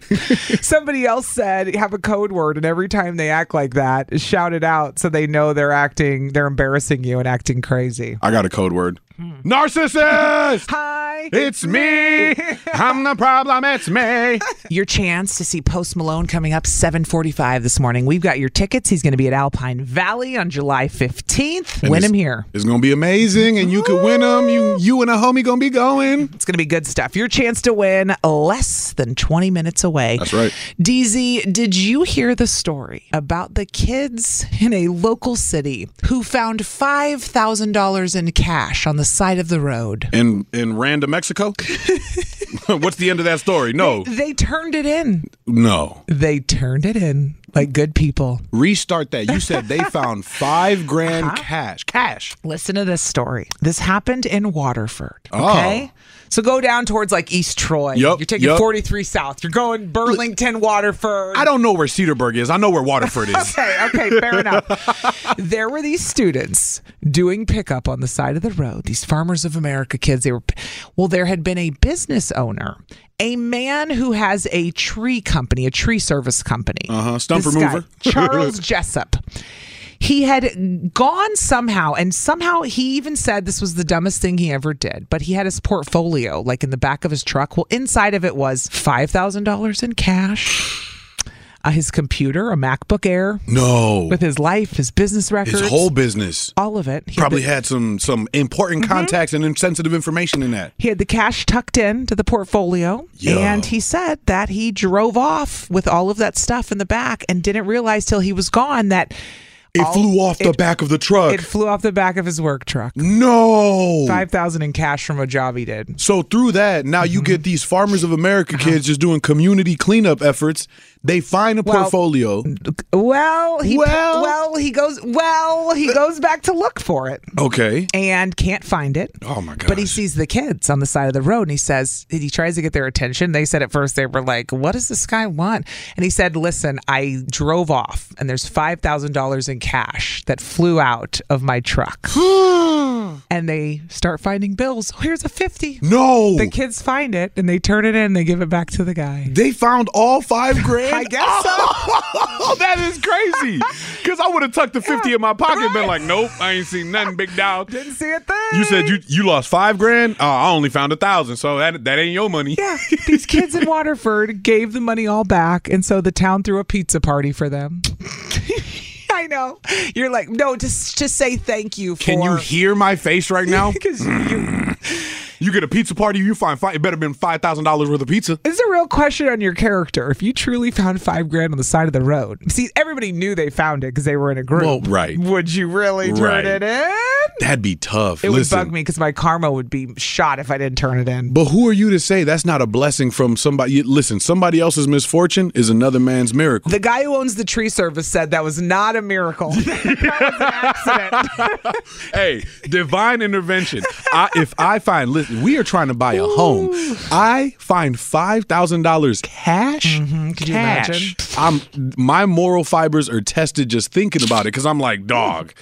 S2: Somebody else said, Have a code word. And every time they act like that, shout it out so they know they're acting, they're embarrassing you and acting crazy.
S3: I got a code word. Narcissist!
S2: Hi.
S3: It's me. I'm the problem. It's me.
S2: Your chance to see Post Malone coming up 7:45 this morning. We've got your tickets. He's going to be at Alpine Valley on July 15th.
S3: And
S2: Win
S3: it's-
S2: him here.
S3: It's gonna be amazing, and you could win them. You you and a homie gonna be going.
S2: It's going to be good stuff. Your chance to win less than 20 minutes away. That's
S3: right.
S2: DZ, did you hear the story about the kids in a local city who found $5,000 in cash on the side of the road?
S3: In in random Mexico. What's the end of that story? No,
S2: They turned it in.
S3: no.
S2: They turned it in like good people.
S3: Restart that. You said they found five grand cash. Cash.
S2: Listen to this story. This happened in Waterford. Okay. So go down towards like East Troy.
S3: Oh. Yup,
S2: You're taking
S3: yup.
S2: 43 South. You're going Burlington, Waterford.
S3: I don't know where Cedarburg is. I know where Waterford is.
S2: okay, okay, fair enough. There were these students doing pickup on the side of the road. These Farmers of America kids. They were well. There had been a business owner, a man who has a tree company, a tree service company. Uh huh.
S3: Uh-huh. stump remover.
S2: Charles Jessup. He had gone somehow, and somehow he even said this was the dumbest thing he ever did. But he had his portfolio, like in the back of his truck. Well, inside of it was five thousand dollars in cash, uh, his computer, a MacBook Air,
S3: No.
S2: with his life, his business records,
S3: His whole business.
S2: all of it. He Mm-hmm.
S3: Probably
S2: had
S3: had some some important contacts and sensitive information in that.
S2: the, he had the cash tucked in to the portfolio,
S3: Yo.
S2: and he said that he drove off with all of that stuff in the back and didn't realize till he was gone that
S3: It flew off the back of the truck.
S2: it flew off the back of his work truck.
S3: No.
S2: Five thousand in cash from a job he did.
S3: So through that, now you get these farmers of America
S2: Uh-huh.
S3: kids just doing community cleanup efforts. They find a
S2: Well-
S3: portfolio.
S2: Well, he
S3: Well-
S2: well, he goes well he goes back to look for it
S3: Okay.
S2: and can't find it.
S3: Oh my god.
S2: But he sees the kids on the side of the road and he says, he tries to get their attention. They said at first, they were like, what does this guy want? And he said, listen, I drove off and there's $5,000 in cash that flew out of my truck. and they start finding bills. Oh, here's a 50.
S3: No.
S2: The kids find it and they turn it in and they give it back to the guy.
S3: They found all five grand.
S2: I guess so.
S3: Oh, that is crazy. Because I would have tucked the fifty in my pocket, and been like, "Nope, I ain't seen nothing, big dog."
S2: Didn't see a thing.
S3: You said you you lost five grand. Uh, I only found a thousand, so that that ain't your money.
S2: Yeah, these kids in Waterford gave the money all back, and so the town threw a pizza party for them. I know. You're like, no, just just say thank you for.
S3: Can you hear my face right now?
S2: Because you,
S3: You get a pizza party, you find five, it better been five thousand dollars worth of pizza.
S2: This is a real question on your character. If you truly found five grand on the side of the road, see, everybody knew they found it because they were in a group.
S3: Well, right.
S2: Would you really turn
S3: Right.
S2: it in?
S3: That'd be tough.
S2: It
S3: Listen,
S2: would bug me because my karma would be shot if I didn't turn it in.
S3: But who are you to say that's not a blessing from somebody? you- Listen, somebody else's misfortune is another man's miracle.
S2: The guy who owns the tree service said that was not a miracle.
S3: hey, divine intervention. I, if I find, listen, we are trying to buy a home. I find five thousand dollars cash.
S2: Mm-hmm. Could you
S3: cash. I'm my moral fibers are tested just thinking about it because I'm like, dog.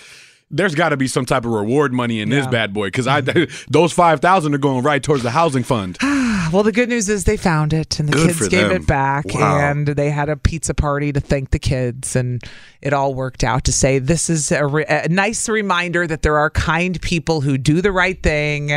S3: There's got to be some type of reward money in this
S2: Yeah.
S3: bad boy because I those five thousand are going right towards the housing fund.
S2: well, the good news is they found it and the
S3: Good
S2: kids
S3: for
S2: gave
S3: them.
S2: it back
S3: Wow.
S2: and they had a pizza party to thank the kids and it all worked out to say this is a, re- a nice reminder that there are kind people who do the right thing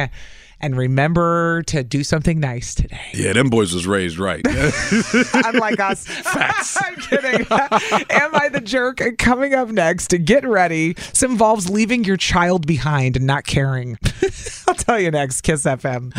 S2: and remember to do something nice today.
S3: Yeah, them boys was raised right.
S2: Unlike us. I'm kidding. Am I the jerk? And Coming up next, to get ready, this involves leaving your child behind and not caring. I'll tell you next, Kiss FM.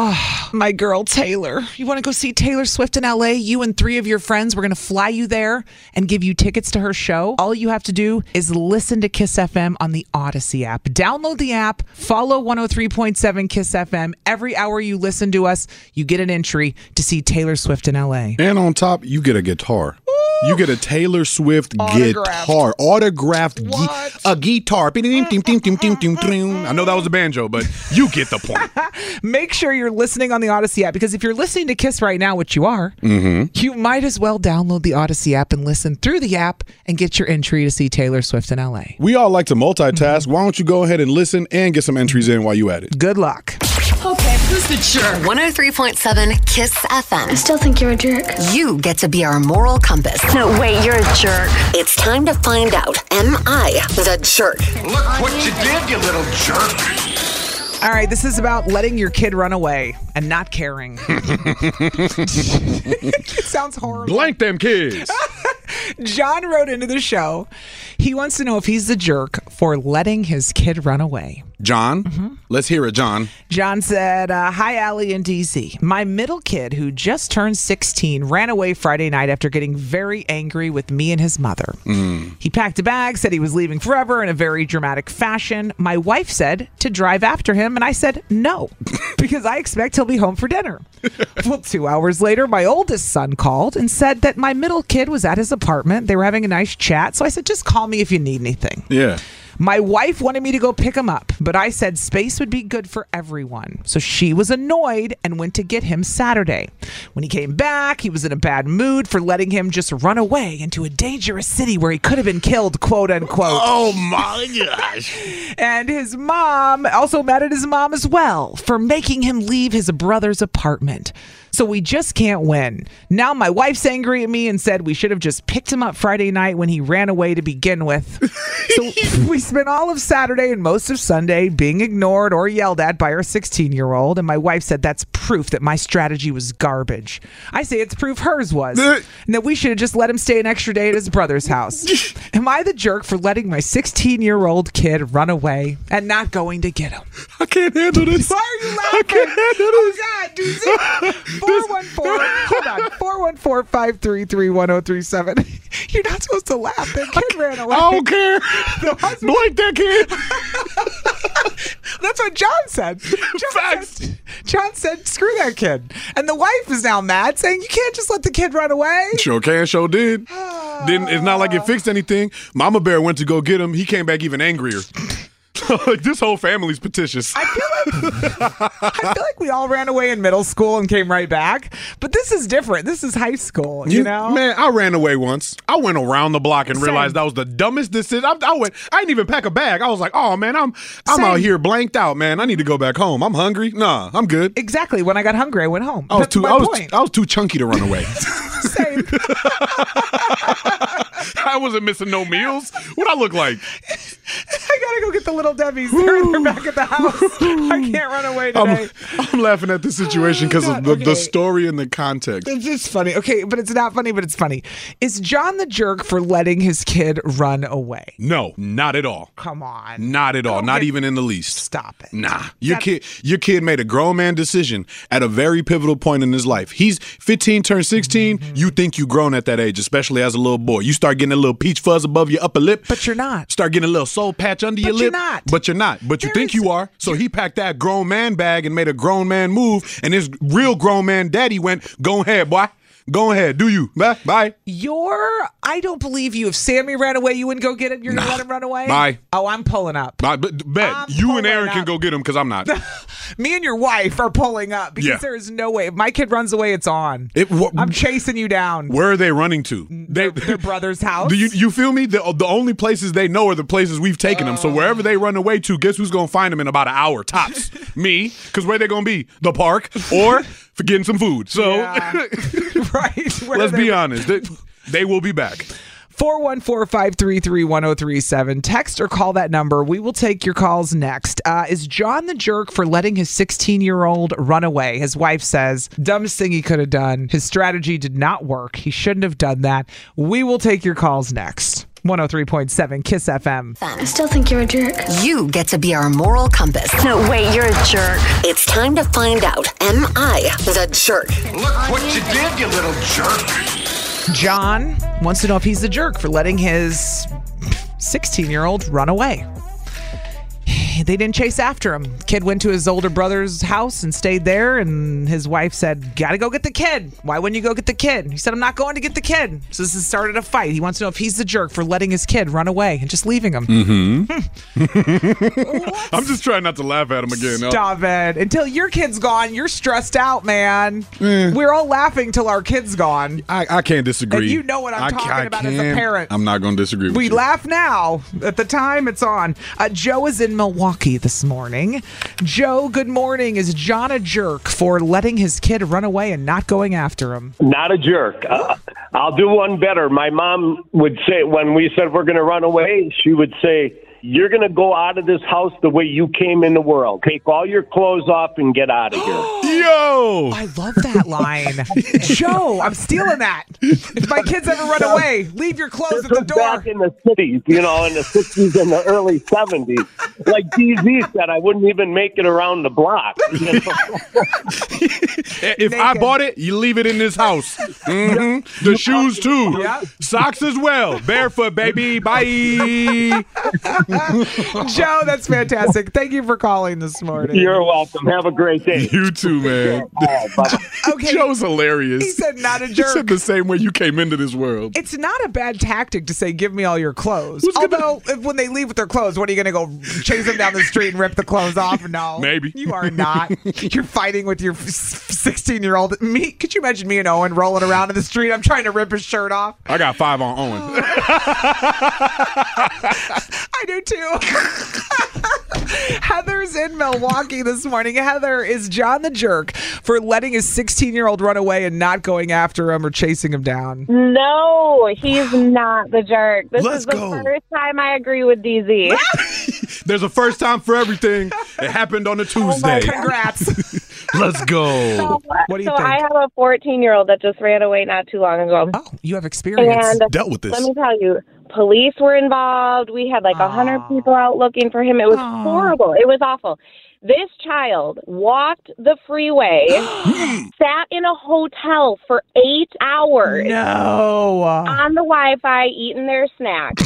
S2: Oh, my girl Taylor. You want to go see Taylor Swift in LA? You and three of your friends, we're going to fly you there and give you tickets to her show. All you have to do is listen to Kiss FM on the Odyssey app. Download the app, follow 103.7 Kiss FM. Every hour you listen to us, you get an entry to see Taylor Swift in LA.
S3: And on top, you get a guitar. You get a Taylor Swift
S2: Autographed.
S3: guitar, autographed gui- a guitar. I know that was a banjo, but you get the point.
S2: Make sure you're listening on the Odyssey app because if you're listening to Kiss right now, which you are,
S3: Mm-hmm.
S2: you might as well download the Odyssey app and listen through the app and get your entry to see Taylor Swift in LA.
S3: We all like to multitask. Why don't you go ahead and listen and get some entries in while you at it?
S2: Good luck.
S1: Okay, who's the jerk? 103.7 Kiss FM. I still think you're a jerk. You get to be our moral compass. No, wait, you're a jerk. It's time to find out Am I the jerk?
S11: Look what you did, you little jerk.
S2: All right, this is about letting your kid run away and not caring. it sounds horrible.
S3: Blank them kids.
S2: John wrote into the show. He wants to know if he's the jerk for letting his kid run away.
S3: John,
S2: Mm-hmm.
S3: let's hear it, John.
S2: John said, uh, Hi, Allie and DC. My middle kid, who just turned 16, ran away Friday night after getting very angry with me and his mother.
S3: Mm-hmm.
S2: He packed a bag, said he was leaving forever in a very dramatic fashion. My wife said to drive after him, and I said no, because I expect he'll be home for dinner. well, two hours later, my oldest son called and said that my middle kid was at his apartment. They were having a nice chat. So I said, Just call me if you need anything.
S3: Yeah.
S2: My wife wanted me to go pick him up, but I said space would be good for everyone. So she was annoyed and went to get him Saturday. When he came back, he was in a bad mood for letting him just run away into a dangerous city where he could have been killed, quote unquote.
S3: Oh my gosh.
S2: And his mom also mad at his mom as well for making him leave his brother's apartment. So we just can't win. Now my wife's angry at me and said we should have just picked him up Friday night when he ran away to begin with. so we spent all of Saturday and most of Sunday being ignored or yelled at by our 16 year old. And my wife said that's proof that my strategy was garbage. I say it's proof hers was. and that we should have just let him stay an extra day at his brother's house. Am I the jerk for letting my 16 year old kid run away and not going to get him?
S3: I can't handle this.
S2: Why are you laughing? I can't handle this. Oh, God, doozy. 414, hold on, 414 533 1037. You're not supposed to laugh. That kid ran away.
S3: I don't care. Blank that kid.
S2: That's what John said. John Said, John said, screw that kid. And the wife is now mad, saying, you can't just let the kid run away.
S3: Sure can, sure did. Didn't it's not like it fixed anything. Mama Bear went to go get him. He came back even angrier. like this whole family's petitions.
S2: I feel like we all ran away in middle school and came right back, but this is different. This is high school, you, know?
S3: man, I ran away once. I went around the block and
S2: Same.
S3: realized that was the dumbest decision. I, I went. I didn't even pack a bag. I was like, oh man, I'm I'm
S2: Same.
S3: out here blanked out, man. I need to go back home. I'm hungry. Nah, I'm good.
S2: Exactly. When I got hungry, I went home.
S3: I was
S2: That's
S3: too.
S2: my
S3: I was.
S2: point.
S3: I was too chunky to run away.
S12: I wasn't missing no meals. What I look like?
S2: I gotta go get the little Debbie's. They're, they're back at the house. I can't run away today.
S3: I'm, I'm laughing at the situation because of the, the story and the context.
S2: It's just funny. Okay, but it's not funny, but it's funny. Is John the jerk for letting his kid run away?
S3: No, not at all.
S2: Come on.
S3: Not at all. Not even in the least.
S2: Stop it.
S3: Nah. Your kid your kid made a grown man decision at a very pivotal point in his life. He's 15 turned 16.
S2: Mm-hmm.
S3: You think you grown at that age, especially as a little boy. You start getting a little peach fuzz above your upper lip.
S2: But you're not.
S3: Start getting a little soul patch under your
S2: But you're
S3: lip.
S2: not.
S3: But you're not. But you think you are. So he packed that grown man bag and made a grown man move and his real grown man daddy went, "Go ahead, boy. Go ahead. Do you. Bye. Bye."
S2: You're I don't believe you. If Sammy ran away, you wouldn't go get him. You're gonna let him run away.
S3: Bye.
S2: Oh, I'm pulling up.
S3: Bye. But bet you and Aaron can
S2: up.
S3: go get him because I'm not.
S2: Me and your wife are pulling up because
S3: Yeah.
S2: there is no way. If my kid runs away, it's on.
S3: It, wha-
S2: I'm chasing you down.
S3: Where are they running to? They,
S2: Their brother's house.
S3: Do you you feel me? The, the only places they know are the places we've taken them. So wherever they run away to, guess who's gonna find them in about an hour tops? me, because where they gonna be? The park or for getting some food. So
S2: right.
S3: let's be honest. They, they will be back.
S2: 414-533-1037. Text or call that number. We will take your calls next. Uh, is John the jerk for letting his 16-year-old run away? His wife says, dumbest thing he could have done. His strategy did not work. He shouldn't have done that. We will take your calls next. 103.7 KISS FM.
S1: I still think you're a jerk. You get to be our moral compass. No, wait, you're a jerk. It's time to find out. Am I the jerk?
S11: Look what you did, you little jerk.
S2: John wants to know if he's the jerk for letting his 16 year old run away. They didn't chase after him. Kid went to his older brother's house and stayed there, and his wife said, Gotta go get the kid. Why wouldn't you go get the kid? He said, I'm not going to get the kid. So this has started a fight. He wants to know if he's the jerk for letting his kid run away and just leaving him.
S3: Mm-hmm. I'm just trying not to laugh at him again. No.
S2: Stop it. Until your kid's gone, you're stressed out, man. We're all laughing till our kid's gone.
S3: Eh. I, I can't disagree.
S2: And you know what I'm
S3: I ca-
S2: talking
S3: I
S2: about as a
S3: can't-
S2: parent.
S3: I'm not gonna disagree with
S2: We
S3: you.
S2: laugh now. At the time, it's on. Uh, Joe is in Milwaukee this morning. Joe, good morning. Is John a jerk for letting his kid run away and not going after him?
S13: Not a jerk. Uh, I'll do one better. My mom would say, when we said we're going to run away, she would say, You're going to go out of this house the way you came in the world. Take all your clothes off and get out of here.
S3: Yo!
S2: I love that line. Joe, I'm stealing that. If my kids ever run away, leave your clothes at the door.
S13: Back in the cities, you know, in the 60s and the early 70s. Like DZ said, I wouldn't even make it around the block. you know?
S3: If I bought it, you leave it in this house. hmm The shoes too. Socks as well. Barefoot, baby. Bye.
S2: Joe, that's fantastic. Thank you for calling this morning.
S13: You're welcome. Have a great day.
S3: You too, man.
S2: okay.
S3: Joe's hilarious.
S2: He said not a
S3: He
S2: jerk.
S3: said the same way you came into this world.
S2: It's not a bad tactic to say, "Give me all your clothes." Although, if, when they leave with their clothes, what are you going to go chase them down the street and rip the clothes off? No,
S3: Maybe.
S2: you are not. You're fighting with your sixteen-year-old. Me? Could you imagine me and Owen rolling around in the street? I'm trying to rip his shirt off.
S3: I got five on Owen.
S2: I do too. Heather's in Milwaukee this morning. Heather is John the jerk for letting his 16-year-old run away and not going after him or chasing him down.
S14: No, he's not the jerk. This
S3: Let's
S14: is the
S3: go.
S14: first time I agree with DZ.
S3: There's a first time for everything. It happened on a Tuesday.
S2: Oh, Congrats.
S3: Let's go.
S2: do you
S14: so
S2: think?
S14: I have a 14 year old that just ran away not too long ago.
S2: Oh, you have experience.
S14: And uh, Let me tell you, police were involved. We had like a hundred people out looking for him. It was horrible. It was awful. This child walked the freeway, sat in a hotel for eight hours.
S2: No.
S14: On the Wi Fi, eating their snacks.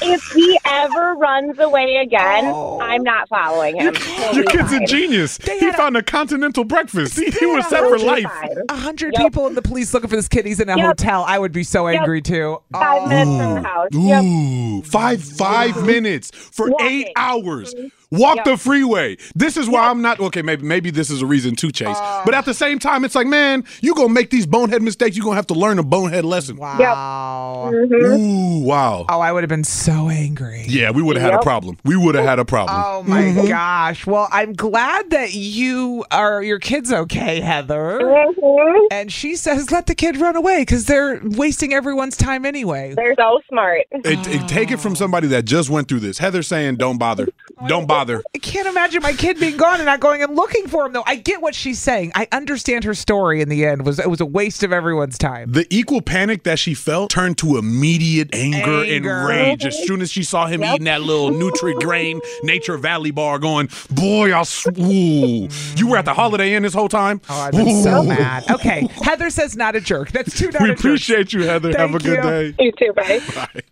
S14: if he ever runs away again, I'm not following him.
S3: Your kid's a genius. He found a continental breakfast. He, he was set for life.
S2: A hundred people in the police looking for this kid. He's in a
S3: Yep.
S2: hotel. I would be so angry too. Oh.
S14: Five minutes from the house.
S3: Ooh, five five minutes for eight hours. Walk
S12: Yep.
S3: the freeway. This is why I'm not okay. Maybe maybe this is a reason to chase, but at the same time, it's like, man, you gonna make these bonehead mistakes. You are gonna have to learn a bonehead lesson.
S2: Wow.
S3: Ooh, wow.
S2: Oh, I would have been so angry.
S3: Yeah, we would have had
S2: Yep.
S3: a problem. We would have had a problem.
S2: Oh my
S3: Mm-hmm.
S2: gosh. Well, I'm glad that you are your kids okay, Heather.
S14: Mm-hmm.
S2: And she says let the kid run away cuz they're wasting everyone's time anyway.
S14: They're so smart.
S3: It, it- take it from somebody that just went through this. Heather saying, "Don't bother, don't bother."
S2: I can't imagine my kid being gone and not going and looking for him though. I get what she's saying. I understand her story in the end was it was a waste of everyone's time.
S3: The equal panic that she felt turned to immediate anger,
S2: Anger.
S3: and rage as soon as she saw him
S2: Yep.
S3: eating that little Nutri-Grain Nature Valley bar. Going, boy, I sw- ooh. you were at the Holiday Inn this whole time. Oh,
S2: I've been so mad. Okay. Heather says not a jerk. That's too not
S3: We
S2: a jerk.
S3: appreciate you, Heather.
S2: Thank
S3: Have a good
S2: you.
S3: day.
S14: You too, bye.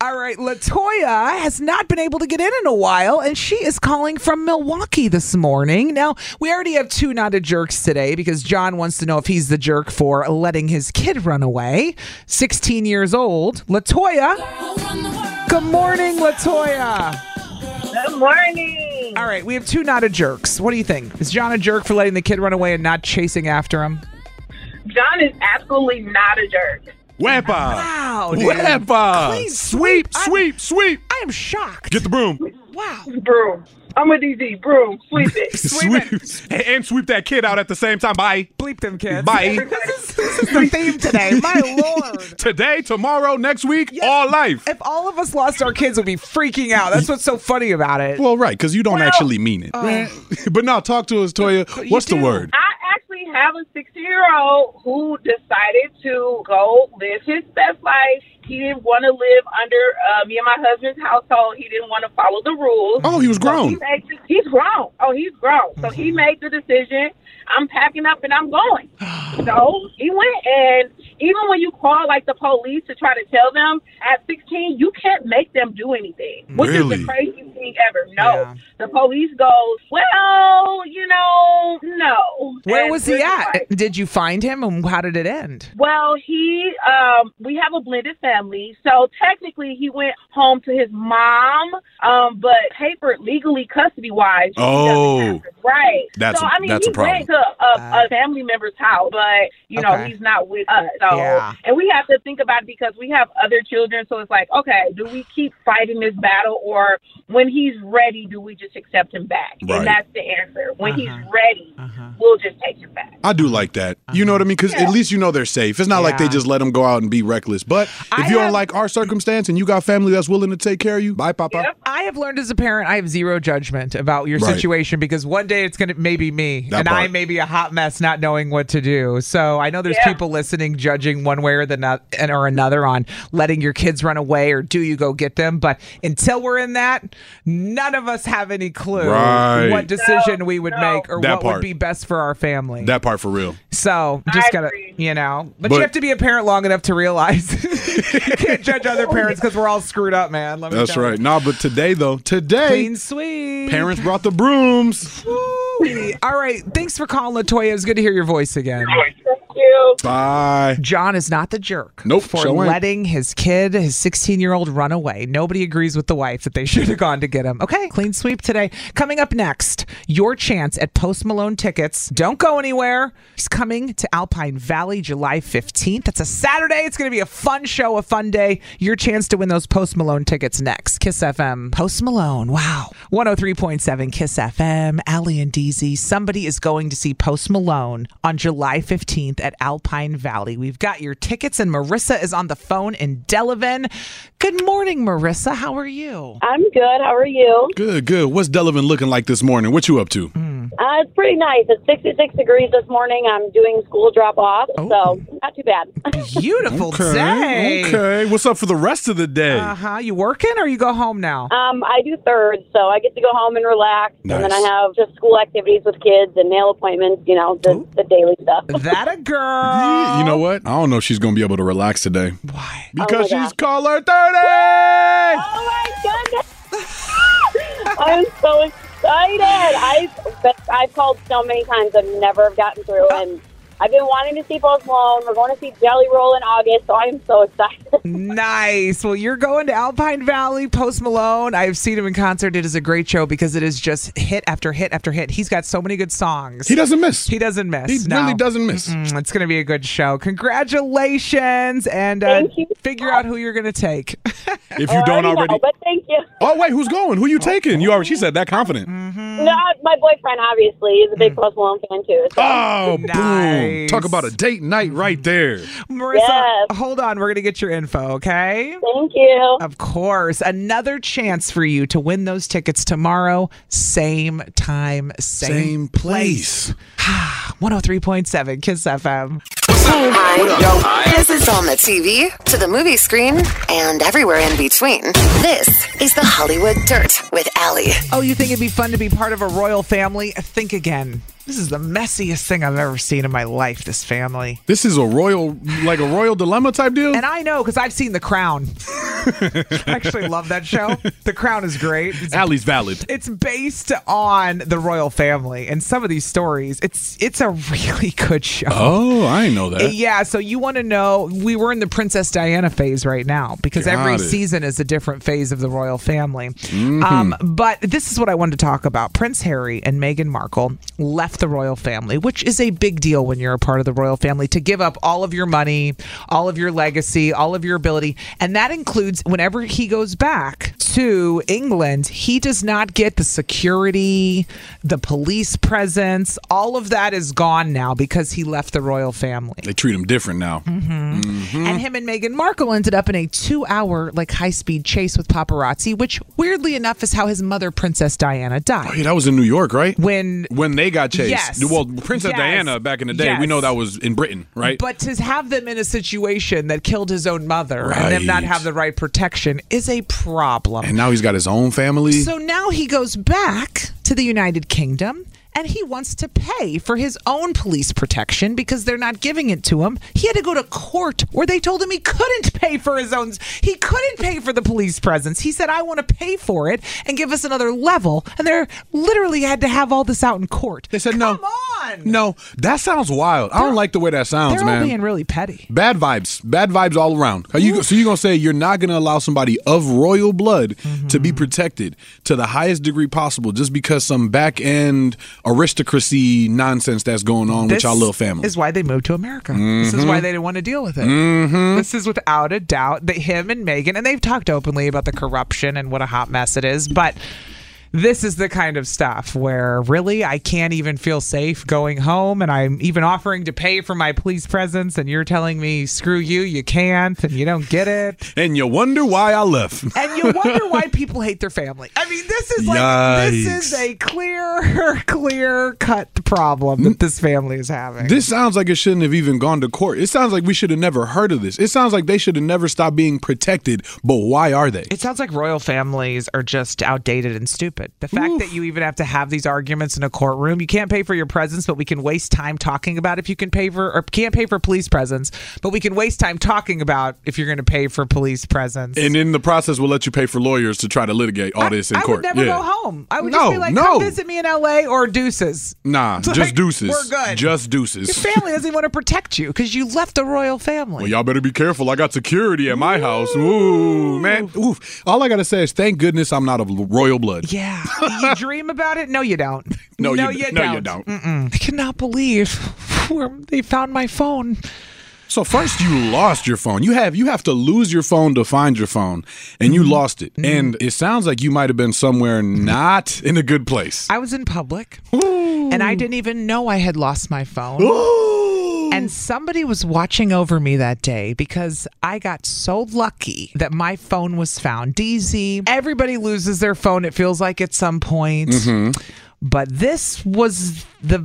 S2: All right, Latoya has not been able to get in in a while, and she is calling from Milwaukee this morning. Now, we already have two not a jerks today because John wants to know if he's the jerk for letting his kid run away. 16 years old. Latoya. Good morning, Latoya.
S15: Good morning.
S2: All right, we have two not a jerks. What do you think? Is John a jerk for letting the kid run away and not chasing after him?
S15: John is absolutely not a jerk.
S3: Wepa.
S2: Wow. Oh, dude.
S3: Wepa.
S2: Clean
S3: Sweep, sweep, sweep.
S2: I am shocked.
S3: Get the broom.
S2: Wow.
S15: Broom. I'm a DZ. Broom. Sweep it.
S3: Sweep, and, and sweep that kid out at the same time. Bye.
S2: Bleep them kids.
S3: Bye.
S2: This is the theme today. My lord.
S3: Today, tomorrow, next week, all life.
S2: If all of us lost our kids, we'd be freaking out. That's what's so funny about it.
S3: Well, right, because you don't actually mean it.
S2: Oh.
S3: but now, talk to us, Toya. What's the word?
S15: I actually have a 60 year old who decided to go live his best life. He didn't want to live under uh, me and my husband's household. He didn't want to follow the rules.
S3: Oh, he was
S15: So
S3: grown.
S15: he made the- he's grown. Oh, he's grown. So
S2: Mm-hmm.
S15: he made the decision I'm packing up and I'm going. so he went. And even when you call like the police to try to tell them at 16, you can't make them do anything, which is
S16: Really?
S15: the craziest thing ever. No. The police goes, well, you know, no.
S2: Where
S15: And
S2: was he
S15: we're
S2: at?
S15: like,
S2: Did you find him and how did it end?
S15: well, he, um, we have a blended family, so technically he went home to his mom, um, but paper legally custody wise,
S3: Oh,
S15: right?
S3: That's-
S15: so I mean,
S3: that's
S15: he
S3: a problem.
S15: went to a, a family member's house, but you know
S3: Okay.
S15: he's not with us. So,
S3: Yeah.
S15: and we have to think about it because we have other children. So it's like, okay, do we keep fighting this battle, or when he's ready, do we just accept him back?
S3: Right.
S15: And that's the answer. When he's ready, we'll just take him back.
S3: I do like that. You know what I mean? Because at least you know they're safe. It's not like they
S2: Yeah.
S3: just let them go out and be reckless. But if you don't like our circumstance and you got family that's willing to take care of you, bye, Papa.
S2: I have learned as a parent, I have zero judgment about your
S3: Right.
S2: situation because one day it's going to maybe me
S3: That
S2: and I
S3: part.
S2: may be a hot mess not knowing what to do. So I know there's
S15: Yeah.
S2: people listening judging one way or the not, and or another on letting your kids run away or do you go get them? But until we're in that, none of us have any clue
S3: Right.
S2: what decision we would make or
S3: That
S2: what would
S3: part.
S2: be best for our family.
S3: That part for real.
S2: So just gotta, you know, but, you
S3: But-
S2: have to be a parent long enough to realize you can't judge other parents because we're all screwed up, man. Let me
S3: That's
S2: tell you.
S3: right. Nah, but today, though, today,
S2: Clean sweep.
S3: parents brought the brooms.
S2: All right. Thanks for calling, Latoya. It was good to hear your voice again.
S3: Bye.
S2: John is not the jerk
S3: Nope.
S2: for
S3: sure ain't.
S2: letting his kid, his 16 year old, run away. Nobody agrees with the wife that they should have gone to get him. Okay, clean sweep today. Coming up next, your chance at Post Malone tickets. Don't go anywhere. He's coming to Alpine Valley July 15th. That's a Saturday. It's going to be a fun show, a fun day. Your chance to win those Post Malone tickets next. Kiss FM. Post Malone. Wow. 103.7 Kiss FM. Allie and DZ. Somebody is going to see Post Malone on July 15th at Alpine Valley. We've got your tickets, and Marissa is on the phone in Delavan. Good morning, Marissa. How are you?
S16: I'm good. How are you?
S3: Good, good. What's Delavan looking like this morning? What you up to?
S16: Uh, it's pretty nice. It's 66 degrees this morning. I'm doing school drop off,
S3: Oh.
S16: so not too bad.
S2: Beautiful day.
S3: Okay. What's up for the rest of the day?
S2: Uh huh. You working or you go home now?
S16: Um, I do third, so I get to go home and relax, and then I have just school activities with kids and nail appointments. You know,
S3: Oh.
S16: the, the daily stuff. Oh
S2: That a girl.
S3: you know what? I don't know if she's going to be able to relax today. Because she's caller 30.
S16: Oh my goodness. I'm so excited. I've, but I've called so many times. I've never gotten through. And I've been wanting to see Post Malone. We're going to see Jelly Roll in August, so I'm so excited.
S2: Nice. Well, you're going to Alpine Valley, Post Malone. I've seen him in concert. It is a great show because it is just hit after hit after hit. He's got so many good songs.
S3: He doesn't miss.
S2: He doesn't miss.
S3: He really doesn't miss.
S2: Mm-mm. it's going to be a good show. Congratulations. And uh, figure out who you're going to take.
S3: If you don't already.
S16: but thank you.
S3: Oh wait, who's going? Who you taking? You already. She said that confident.
S2: mm-hmm.
S16: No, my boyfriend obviously is a big Post Malone fan too. So.
S3: Oh, boom! Talk about a date night right there.
S2: Marissa, hold on. We're going to get your info, okay?
S16: Thank you.
S2: Of course. Another chance for you to win those tickets tomorrow, same time, same,
S3: Same place.
S2: 103.7 Kiss FM.
S1: Hey, hi. This is on the TV, to the movie screen, and everywhere in between. This is the Hollywood Dirt with Allie.
S2: Oh, you think it'd be fun to be part of a royal family? Think again. This is the messiest thing I've ever seen in my life, this family.
S3: This is a royal, like a royal dilemma type deal.
S2: And I know because I've seen The Crown. I actually love that show. The Crown is great. It's
S3: Allie's valid.
S2: It's based on the royal family and some of these stories. It's it's a really good show.
S3: Oh, I didn't know that.
S2: Yeah, so you want to know we were in the Princess Diana phase right now because
S3: Got
S2: every
S3: it.
S2: season is a different phase of the royal family. Um, but this is what I wanted to talk about. Prince Harry and Meghan Markle left the royal family, which is a big deal when you're a part of the royal family to give up all of your money, all of your legacy, all of your ability. And that includes whenever he goes back to England, he does not get the security, the police presence. All of that is gone now because he left the royal family.
S3: They treat them different now. Mhm.
S2: Mm-hmm. And him and Meghan Markle ended up in a two hour, like, high speed chase with paparazzi, which weirdly enough is how his mother, Princess Diana, died.
S3: Hey, that was in New York, right?
S2: When
S3: when they got chased.
S2: Yes.
S3: Well, Princess
S2: Yes.
S3: Diana back in the day, we
S2: Yes.
S3: know that was in Britain, right?
S2: But to have them in a situation that killed his own mother and them not
S3: Right.
S2: have the right protection is a problem.
S3: and now he's got his own family.
S2: So now he goes back to the United Kingdom and he wants to pay for his own police protection because they're not giving it to him. He had to go to court where they told him he couldn't pay for his own he couldn't pay for the police presence. He said I want to pay for it and give us another level and they're literally had to have all this out in court.
S3: They said no. Come
S2: on.
S3: No, that sounds wild. I don't like the way that sounds,
S2: They're
S3: man.
S2: all being really petty.
S3: Bad vibes, bad vibes all around. Are you so you're gonna say you're not gonna allow somebody of royal blood to
S2: Mm-hmm.
S3: be protected to the highest degree possible just because some back end aristocracy nonsense that's going on with
S2: This
S3: y'all little family?
S2: is why they moved to America. This is why
S3: Mhm.
S2: they didn't want to deal with it.
S3: Mhm.
S2: This is without a doubt that him and Megan, and they've talked openly about the corruption and what a hot mess it is, but this is the kind of stuff where really I can't even feel safe going home, and I'm even offering to pay for my police presence, and you're telling me, screw you, you can't, and you don't get it.
S3: And you wonder why I left.
S2: And you wonder why people hate their family. I mean, this is like this is
S3: Yikes.
S2: a clear, clear cut problem that this family is having.
S3: Hmm? This sounds like it shouldn't have even gone to court. It sounds like we should have never heard of this. It sounds like they should have never stopped being protected. But why are they?
S2: It sounds like royal families are just outdated and stupid. The fact that you even have to have these arguments in a courtroom, you can't pay for your presence, but we can waste time talking about if you can pay for or can't pay for police presence, but we can waste time talking about if you're going to pay for police presence.
S3: And in the process, we'll let you pay for lawyers to try to litigate all this in
S2: I
S3: court.
S2: would never
S3: yeah.
S2: go home. I would
S3: No,
S2: just be like,
S3: no.
S2: come visit me in L.A. or deuces.
S3: Nah,
S2: Like,
S3: just deuces.
S2: we're good.
S3: Just
S2: Your
S3: deuces.
S2: family doesn't want to protect you because you left the royal family.
S3: Well, y'all better be careful. I got security at my house. Ooh, man. Oof. All I gotta say is, thank goodness I'm not of royal blood.
S2: Yeah. you dream about it? No, you don't.
S3: No,
S2: no,
S3: you,
S2: you,
S3: no,
S2: don't.
S3: you don't.
S2: Mm-mm. I cannot believe where they found my phone.
S3: So first, you lost your phone. You have you have to lose your phone to find your phone, and
S2: Mm-hmm.
S3: you lost it. And it sounds like you might have been somewhere not in a good place.
S2: I was in public and I didn't even know I had lost my phone. And somebody was watching over me that day because I got so lucky that my phone was found. DZ, everybody loses their phone, it feels like at some point.
S3: Mm-hmm.
S2: But this was the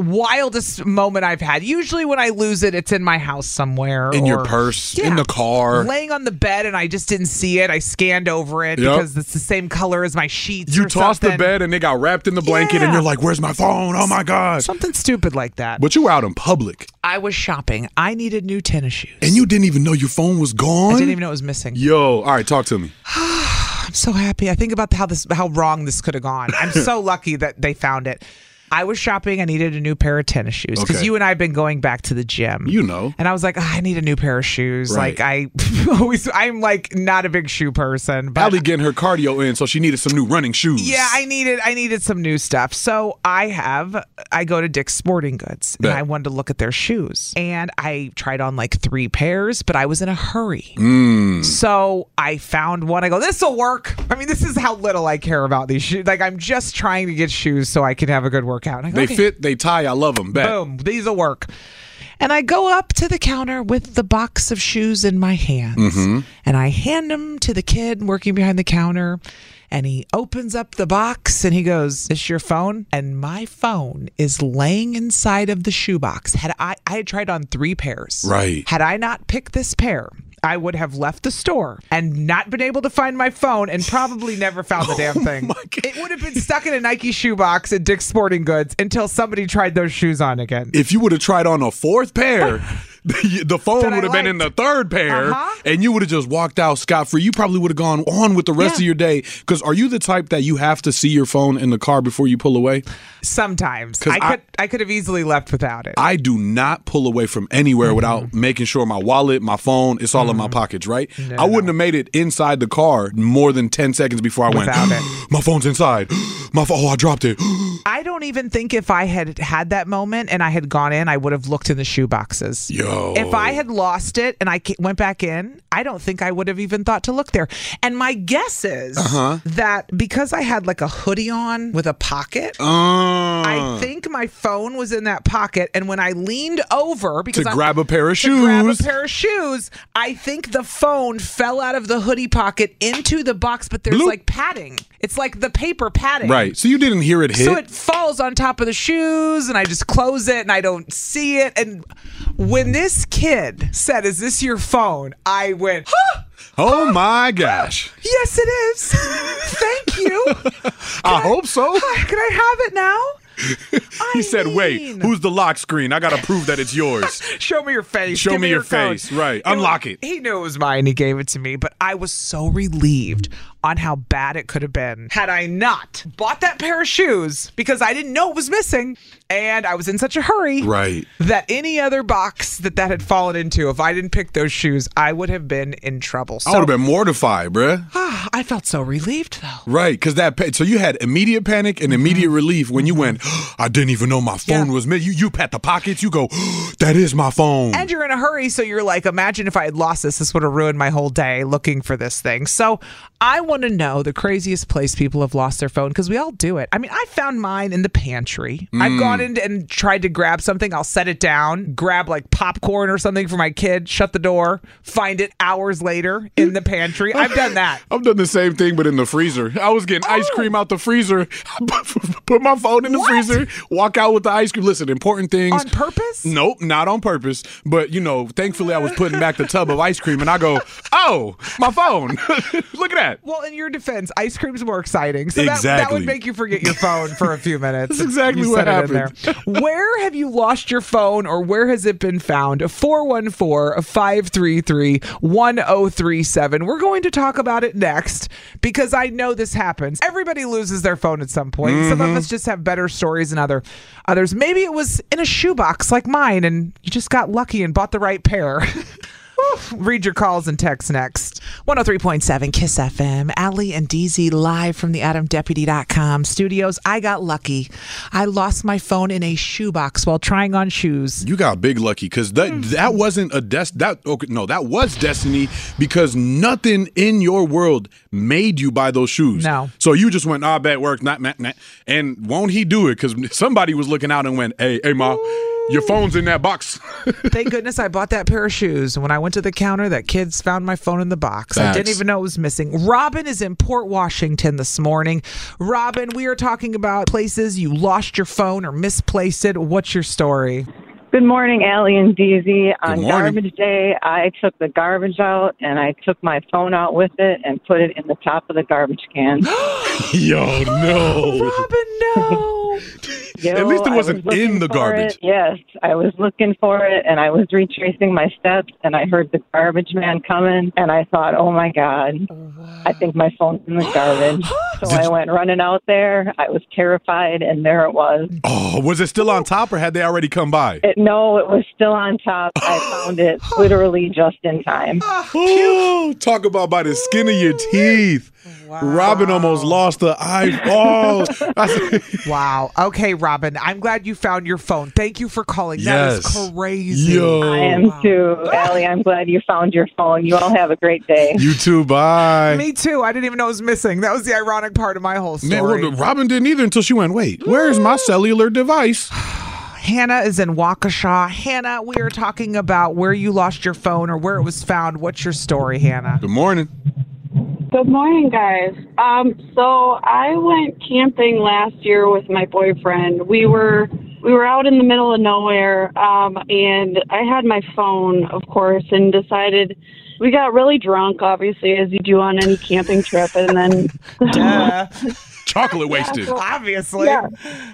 S2: wildest moment I've had. Usually, when I lose it, it's in my house somewhere.
S3: In your
S2: or-
S3: purse, in
S2: Yeah.
S3: the car.
S2: Laying on the bed, and I just didn't see it. I scanned over it
S3: Yep.
S2: because it's the same color as my sheets.
S3: You
S2: or
S3: tossed the
S2: something.
S3: bed, and it got wrapped in the blanket, and you're like, "Where's my phone? Oh my god!"
S2: Something stupid like that.
S3: But you were out in public,
S2: I was shopping. I needed new tennis shoes.
S3: and you didn't even know your phone was gone.
S2: I didn't even know it was missing.
S3: Yo, all right, talk to me.
S2: I'm so happy. I think about how this how wrong this could have gone. I'm so lucky that they found it. I was shopping. I needed a new pair of tennis shoes because
S3: Okay.
S2: you and I have been going back to the gym. You know. And I was like, "Ah, I need a new pair of shoes.
S3: Right.
S2: Like I always, I'm like not a big shoe person. But
S3: Probably getting her cardio in, so she needed some new running shoes.
S2: yeah, I needed I needed some new stuff. So I have I go to Dick's Sporting Goods and
S3: Bet.
S2: I wanted to look at their shoes. And I tried on like three pairs, but I was in a hurry.
S3: Mm.
S2: So I found one. I go, this will work. I mean, this is how little I care about these shoes. Like I'm just trying to get shoes so I can have a good workout. And I go,
S3: They
S2: "Okay."
S3: fit, they tie. I love them. Bet.
S2: Boom. These'll work. And I go up to the counter with the box of shoes in my hand.
S3: Mm-hmm.
S2: And I hand them to the kid working behind the counter. And he opens up the box and he goes, This your phone? And my phone is laying inside of the shoebox. Had I I had tried on three pairs.
S3: Right.
S2: Had I not picked this pair, I would have left the store and not been able to find my phone and probably never found the
S3: Oh
S2: damn thing. It would have been stuck in a Nike shoebox at Dick's Sporting Goods until somebody tried those shoes on again.
S3: If you would have tried on a fourth pair, the the phone would have been in the third pair,
S2: Uh-huh.
S3: and you would have just walked out scot free. You probably would have gone on with the rest of your day. Because are you the type that you have to see your phone in the car before you pull away?
S2: Sometimes
S3: 'Cause
S2: I
S3: I-
S2: could I could have easily left without it. Mm-hmm.
S3: I do not pull away from anywhere without making sure my wallet, my phone, it's all in my pockets, right? I wouldn't have made it inside the car more than 10 seconds before I
S2: Without
S3: went, my phone's inside. my phone, oh, I dropped it.
S2: I don't even think if I had had that moment and I had gone in, I would have looked in the shoe boxes.
S3: Yo.
S2: If I had lost it and I ca- went back in, I don't think I would have even thought to look there. And my guess is
S3: Uh-huh.
S2: that because I had like a hoodie on with a pocket,
S3: Uh.
S2: I think my phone was in that pocket. And when I leaned over because
S3: To
S2: I'm-
S3: grab a pair of
S2: to grab a
S3: shoes.
S2: pair of shoes, I think the phone fell out of the hoodie pocket into the box. But there's
S3: Bloop.
S2: like padding. It's like the paper padding.
S3: Right. So you didn't hear it hit.
S2: So it falls on top of the shoes, and I just close it, and I don't see it. And when this kid said, "Is this your phone?" I went, huh,
S3: oh my gosh.
S2: "Yes, it is. Thank you.
S3: I hope so.
S2: Can I have it now?
S3: he said, wait, who's the lock screen? I got to prove that it's yours.
S2: Show me your face.
S3: Show
S2: Give
S3: me your
S2: phone."
S3: face. Right.
S2: It was-
S3: Unlock it.
S2: He knew it was mine. He gave it to me, but I was so relieved on how bad it could have been had I not bought that pair of shoes because I didn't know it was missing, and I was in such a hurry.
S3: Right.
S2: that any other box that that had fallen into, if I didn't pick those shoes, I would have been in trouble. So
S3: I would have been mortified, bruh.
S2: Ah, I felt so relieved though. Mm-hmm.
S3: Right, because that pa- so you had immediate panic and immediate relief when you went. I didn't even know my phone was missing. You you pat the pockets. You go, that is my phone.
S2: And you're in a hurry, so you're like, imagine if I had lost this, this would have ruined my whole day looking for this thing. So I want to know the craziest place people have lost their phone because we all do it. I mean, I found mine in the pantry. I've
S17: Mm.
S2: gone in and tried to grab something. I'll set it down, grab like popcorn or something for my kid, shut the door, find it hours later in the pantry. I've done that. Oh,
S3: I've done the same thing, but in the freezer. I was getting ice cream out the freezer. Put my phone in the freezer. Walk out with the ice cream. Listen, important things on
S2: purpose.
S3: Nope, not on purpose. But you know, thankfully, I was putting back the tub of ice cream, and I go, oh, my phone. Look at that.
S2: Well, in your defense, ice cream's more exciting. So that, that
S3: Exactly.
S2: would make you forget your phone for a few minutes.
S3: That's exactly
S2: You
S3: what
S2: said it in
S3: happened.
S2: there. Where have you lost your phone or where has it been found? 414-533-1037. We're going to talk about it next because I know this happens. Everybody loses their phone at some point. Some of
S3: Mm-hmm.
S17: Mhm.
S2: us just have better stories than other others. Maybe it was in a shoebox like mine and you just got lucky and bought the right pair. Oof. Read your calls and texts next. 103.7 Kiss FM. Allie and DZ live from the AdamDeputy.com studios. I got lucky. I lost my phone in a shoebox while trying on shoes.
S3: You got big lucky because that that wasn't a des that okay, no that was destiny because nothing in your world made you buy those shoes.
S2: No.
S3: so you just went ah bet work not not, not. and won't he do it? Because somebody was looking out and went hey hey ma, your phone's in that box.
S2: Thank goodness I bought that pair of shoes. And when I went to the counter, that kids found my phone in the box. I didn't
S3: Facts.
S2: even know it was missing. Robin is in Port Washington this morning. Robin, we are talking about places you lost your phone or misplaced it. What's your story?
S18: Good morning, Allie and DZ. On
S2: morning.
S18: garbage day, I took the garbage out and I took my phone out with it and put it in the top of the garbage can.
S3: Yo no,
S2: Robin no.
S18: Yo,
S12: At least it
S18: I
S12: wasn't
S18: was looking
S12: in the
S18: for
S12: garbage.
S18: it. Yes, I was looking for it, and I was retracing my steps, and I heard the garbage man coming, and I thought, oh my god, I think my phone's in the garbage. so I went running out there. I was terrified, and there it was.
S12: Oh, was it still on top or had they already come by?
S18: It, no, it was still on top. I found it literally just in time.
S3: Ooh, talk about by the skin of your teeth. Robin almost lost Oh, the eyeball.
S2: wow. Okay, Robin. I'm glad you found your phone. Thank you for calling. That
S3: Yes.
S2: is crazy.
S3: Yo.
S18: I
S2: Oh,
S18: am too, Allie. I'm glad you found your phone. You all have a great day.
S3: You too. Bye.
S2: Me too. I didn't even know it was missing. That was the ironic part of my whole
S3: Man,
S2: story.
S3: well, Robin didn't either until she went, wait, where's my cellular device?
S2: Hannah is in Waukesha. Hannah, we are talking about where you lost your phone or where it was found. What's your story, Hannah?
S3: Good morning.
S19: Good morning, guys. Um, so I went camping last year with my boyfriend. We were we were out in the middle of nowhere, um, and I had my phone, of course, and decided we got really drunk, obviously, as you do on any camping trip, and then
S12: Chocolate wasted.
S2: Obviously.
S19: Yeah,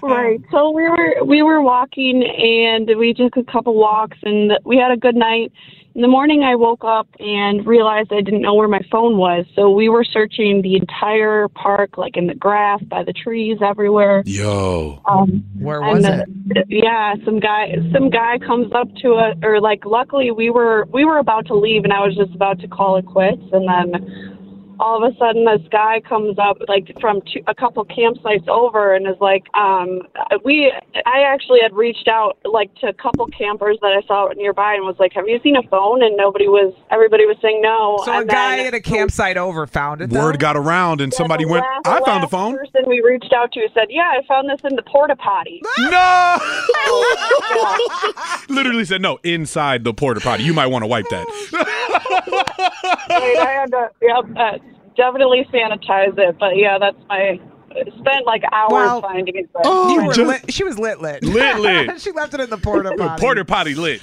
S19: right. So we were we were walking and we took a couple walks and we had a good night. In the morning I woke up and realized I didn't know where my phone was. So we were searching the entire park, like in the grass, by the trees, everywhere.
S3: Yo.
S19: Um,
S2: Where
S19: and the- Yeah, some guy some guy comes up to us or like luckily we were we were about to leave and I was just about to call it quits and then all of a sudden this guy comes up like from two, a couple campsites over and is like um we I actually had reached out like to a couple campers that I saw nearby and was like have you seen a phone and nobody was everybody was saying no
S2: So a
S19: and then
S2: guy at a campsite over found it.
S3: Word got around and somebody went,
S19: the
S3: I found the
S19: last
S3: phone.
S19: person we reached out to said yeah I found this in the porta potty
S12: no Literally said, no, inside the porta potty. You might want to wipe that.
S19: Wait, I had to, yep, uh, definitely sanitize it. But yeah, that's my spent like hours
S2: Well,
S19: finding it. But
S2: Oh, you were
S12: just-
S2: lit. She was lit lit.
S12: Lit lit.
S2: she left it in the porta potty.
S12: Porter potty lit.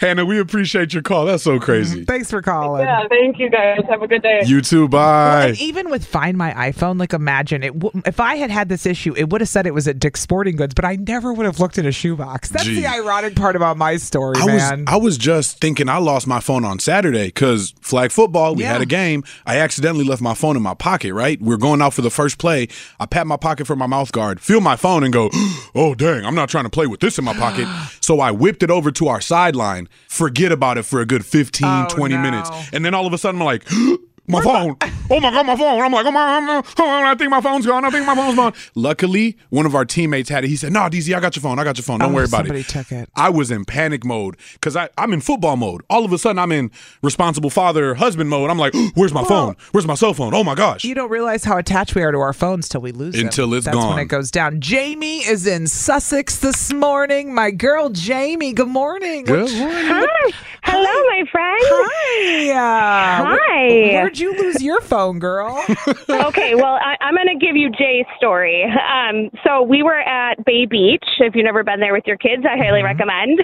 S2: Hannah.
S3: we appreciate your call. That's so crazy.
S2: Thanks for calling.
S19: Yeah, thank you guys. Have a good day.
S3: You
S2: Well,
S3: too. Bye.
S2: and even with Find My iPhone, like imagine it. W- if I had had this issue, it would have said it was at Dick's Sporting Goods, but I never would have looked in a shoebox. That's
S3: Gee.
S2: the ironic part about my story,
S3: I was,
S2: man.
S3: I was just thinking I lost my phone on Saturday because flag football, we
S2: Yeah.
S3: had a game. I accidentally left my phone in my pocket, right? We're going out for the first play. I pat my pocket for my mouth guard, feel my phone, and go, oh, dang, I'm not trying to play with this in my pocket. so I whipped it over to our sideline, forget about it for a good 15,
S2: Oh,
S3: 20 minutes. And then all of a sudden, I'm like, my phone. Oh my god, my phone. I'm like, oh my, oh my, oh my, I think my phone's gone. I think my phone's gone. Luckily, one of our teammates had it. He said, "No, DZ, I got your phone. I got your phone. Don't
S2: Oh,
S3: worry about it."
S2: somebody took it.
S3: I was in panic mode because I'm in football mode. All of a sudden, I'm in responsible father, husband mode. I'm like, where's my phone? Where's my cell phone? Oh my gosh.
S2: You don't realize how attached we are to our phones till we lose them.
S3: Until it's
S2: That's
S3: gone.
S2: when it goes down. Jamie is in Sussex this morning. My girl Jamie. Good morning.
S3: Good
S2: morning. Hello,
S17: my friend.
S2: Hi. Uh, where-
S17: Hi.
S2: where'd you lose your phone, girl?
S17: okay, well, I, I'm going to give you Jay's story. Um, so we were at Bay Beach. If you've never been there with your kids, I highly recommend.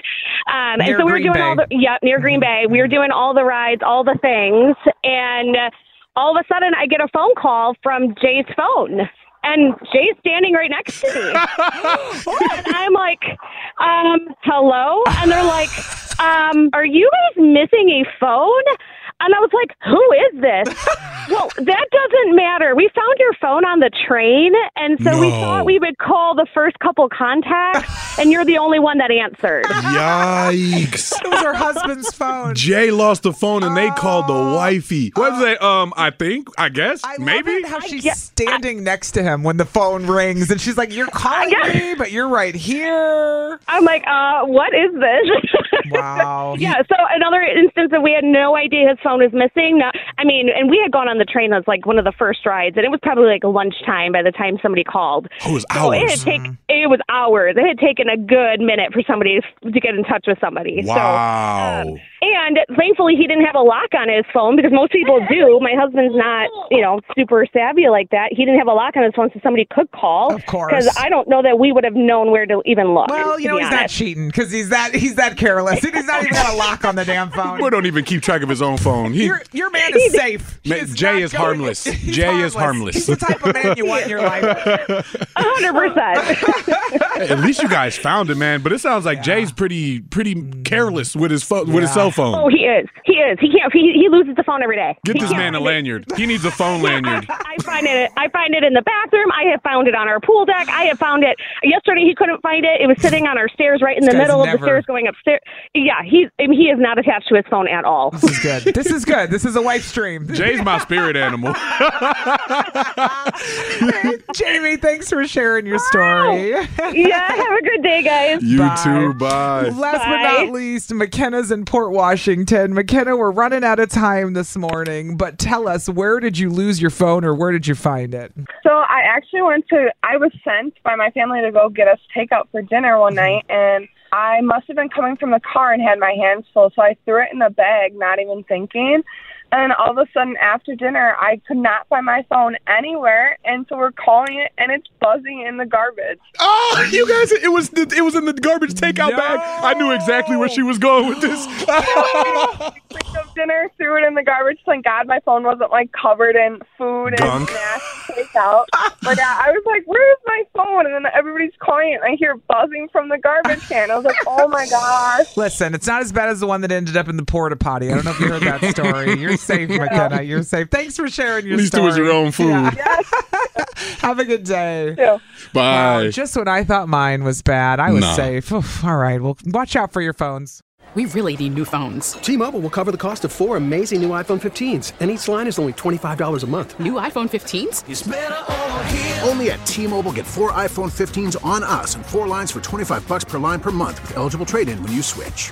S17: Um, and
S20: Near
S17: so we were
S20: Mm-hmm. Green
S17: doing all
S20: Bay.
S17: the yeah near Green Bay. We were doing all the rides, all the things, and uh, all of a sudden I get a phone call from Jay's phone. And Jay's standing right next to me. and I'm like, um, hello? And they're like, um, are you guys missing a phone? And I was like, who is this? well, that doesn't matter. We found your phone on the train, and so we
S3: No.
S17: thought we would call the first couple contacts, and you're the only one that answered.
S3: Yikes.
S2: It was her husband's phone.
S3: Jay lost the phone and they called
S2: Oh.
S3: the wifey.
S12: What was that? Um, I think, I guess, maybe.
S2: How she's standing next to him when the phone rings, and she's like, "You're calling me, but you're right here."
S17: I'm like, uh, what is this?
S2: Wow.
S17: yeah. So another instance that we had no idea his phone was missing. Now, I mean, and we had gone on the train that's like one of the first rides, and it was probably like lunchtime by the time somebody called.
S3: Oh, it was
S17: So it had
S3: hours.
S17: take, it was hours. It had taken a good minute for somebody to get in touch with somebody. So
S3: Wow.
S17: it And thankfully, he didn't have a lock on his phone because most people do. My husband's not, you know, super savvy like that. He didn't have a lock on his phone, so somebody could call. Of
S2: course.
S17: Because I don't know that we would have known where to even look.
S2: Well, you know he's not cheating because he's that he's that careless. And he's not even got a lock on the damn phone.
S3: Boy don't even keep track of his own phone. He,
S2: Your, your man is safe.
S3: Ma- Jay is harmless. Jay is harmless.
S2: He's the type of man you want in your life.
S17: hundred percent.
S3: At least you guys found it, man. But it sounds like Jay's pretty
S2: Mm.
S3: pretty careless with his phone with his cell phone.
S17: Oh, he is. He is. He can't. He, he loses the phone every day.
S3: Get
S17: He
S3: this
S17: can't
S3: man a lanyard. He needs a phone lanyard.
S17: I find it. I find it in the bathroom. I have found it on our pool deck. I have found it yesterday. He couldn't find it. It was sitting on our stairs, right in
S2: This
S17: the
S2: guy's
S17: middle of
S2: never-
S17: the stairs, going upstairs. Yeah, he's I mean, he is not attached to his phone at all.
S2: This is good. This is good. This is a wife stream.
S3: Jay's my spirit animal.
S2: Jamie, thanks for sharing your story.
S17: yeah, have a good day, guys.
S3: You too. Bye.
S2: Last but not least, McKenna's in Port Washington. McKenna, we're running out of time this morning, but tell us where did you lose your phone or where did you find it?
S21: So I actually went to. I was sent by my family to go get us takeout for dinner one night, and I must have been coming from the car and had my hands full, so I threw it in a bag, not even thinking. And all of a sudden, after dinner, I could not find my phone anywhere, and so we're calling it, and it's buzzing in the garbage.
S3: Oh, you guys! It was it was in the garbage takeout bag. I knew exactly where she was going with this.
S21: Picked up dinner, threw it in the garbage. Thank God my phone wasn't like covered in food and
S3: Gunk.
S21: snacks takeout. But yeah, I was like, "Where's my phone?" And then everybody's calling, it, and I hear buzzing from the garbage can. I was like, "Oh my gosh!"
S2: Listen, it's not as bad as the one that ended up in the porta potty. I don't know if you heard that story. You're safe, McKenna. You're safe. Thanks for sharing your
S3: At least it
S2: story.
S3: was your own food.
S2: Have a good day.
S3: Bye.
S2: Wow, just when I thought mine was bad, I was
S3: Nah.
S2: safe. Oof, all right. Well, watch out for your phones.
S22: We really need new phones. T-Mobile will cover the cost of four amazing new iPhone 15s, and each line is only $25 a month. New iPhone 15s? Only at T-Mobile get four iPhone 15s on us and four lines for 25 bucks per line per month with eligible trade-in when you switch.